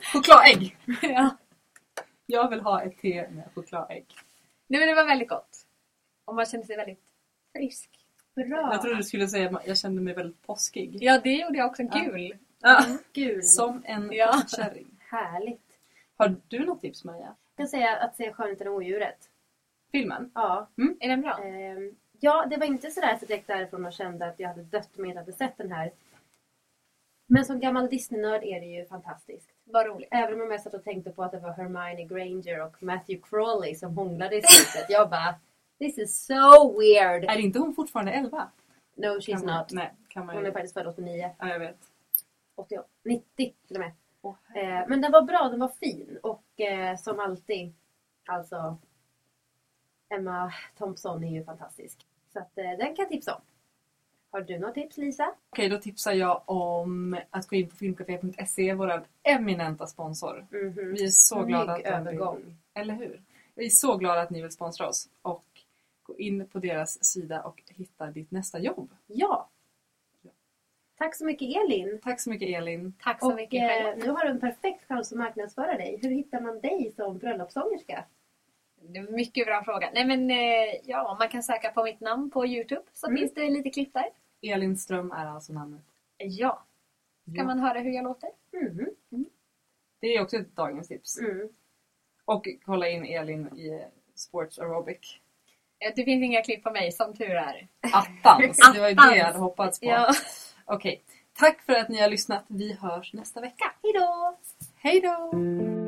[SPEAKER 2] Chokladägg!
[SPEAKER 3] [LAUGHS] ja.
[SPEAKER 2] Jag vill ha ett te med chokladägg.
[SPEAKER 3] Nej, men det var väldigt gott. Och man kände sig väldigt frisk.
[SPEAKER 1] Bra! Mm.
[SPEAKER 2] Jag trodde du skulle säga att jag kände mig väldigt påskig.
[SPEAKER 3] Ja, det gjorde jag också.
[SPEAKER 2] Ja.
[SPEAKER 3] Gul.
[SPEAKER 1] Kul!
[SPEAKER 2] Som en
[SPEAKER 3] Ja.
[SPEAKER 2] kärring.
[SPEAKER 1] Härligt!
[SPEAKER 2] Har du något tips Maja?
[SPEAKER 1] Jag kan säga att se Skönheten och odjuret.
[SPEAKER 2] Filmen?
[SPEAKER 1] Ja.
[SPEAKER 3] Är den bra?
[SPEAKER 1] Ehm, ja, det var inte sådär så direkt därifrån och kände att jag hade dött om jag inte hade sett den här. Men som gammal Disney-nörd är det ju fantastiskt.
[SPEAKER 3] Vad roligt.
[SPEAKER 1] Även om jag satt och tänkte på att det var Hermione Granger och Matthew Crawley som hånglade i slutet. Jag bara This is so weird!
[SPEAKER 2] Är inte hon fortfarande 11?
[SPEAKER 1] No she's
[SPEAKER 2] Kan man-
[SPEAKER 1] not.
[SPEAKER 2] Nej, kan man
[SPEAKER 1] Hon är
[SPEAKER 2] ju.
[SPEAKER 1] faktiskt född 89,
[SPEAKER 2] Ja, jag vet.
[SPEAKER 1] 88, 90 till och med.
[SPEAKER 2] Åh,
[SPEAKER 1] Eh, men den var bra, den var fin och eh, som alltid, alltså Emma Thompson är ju fantastisk. Så att, eh, den kan jag tipsa om. Har du något tips Lisa?
[SPEAKER 2] Okej, då tipsar jag om att gå in på filmcafé.se, vår eminenta sponsor.
[SPEAKER 3] Mm-hmm.
[SPEAKER 1] Mhm.
[SPEAKER 2] Vi är så glada att
[SPEAKER 1] Snygg
[SPEAKER 2] de vill-
[SPEAKER 1] övergång.
[SPEAKER 2] Eller hur? Vi är så glada att ni vill sponsra oss. Och gå in på deras sida och hitta ditt nästa jobb.
[SPEAKER 1] Ja! Tack så mycket Elin!
[SPEAKER 2] Tack så mycket Elin.
[SPEAKER 3] Tack så
[SPEAKER 1] Och
[SPEAKER 3] mycket själv.
[SPEAKER 1] eh, nu har du en perfekt chans att marknadsföra dig. Hur hittar man dig som bröllopssångerska?
[SPEAKER 3] Det är en mycket bra fråga. Nej, men eh, ja, man kan söka på mitt namn på Youtube så
[SPEAKER 1] Mm.
[SPEAKER 3] finns det lite klipp där.
[SPEAKER 2] Elin Ström är alltså namnet.
[SPEAKER 3] Ja. Ska
[SPEAKER 2] Ja.
[SPEAKER 3] man höra hur jag låter?
[SPEAKER 1] Mhm.
[SPEAKER 2] Det är också ett dagens tips.
[SPEAKER 1] Mm.
[SPEAKER 2] Och kolla in Elin i Sports Aerobic.
[SPEAKER 3] Eh, Det finns inga klipp på mig, som tur är.
[SPEAKER 2] Attans! Alltså, Det var ju det jag hade hoppats på.
[SPEAKER 3] Ja.
[SPEAKER 2] Okej. Tack för att ni har lyssnat. Vi hörs nästa vecka.
[SPEAKER 1] Hejdå!
[SPEAKER 2] Hej då!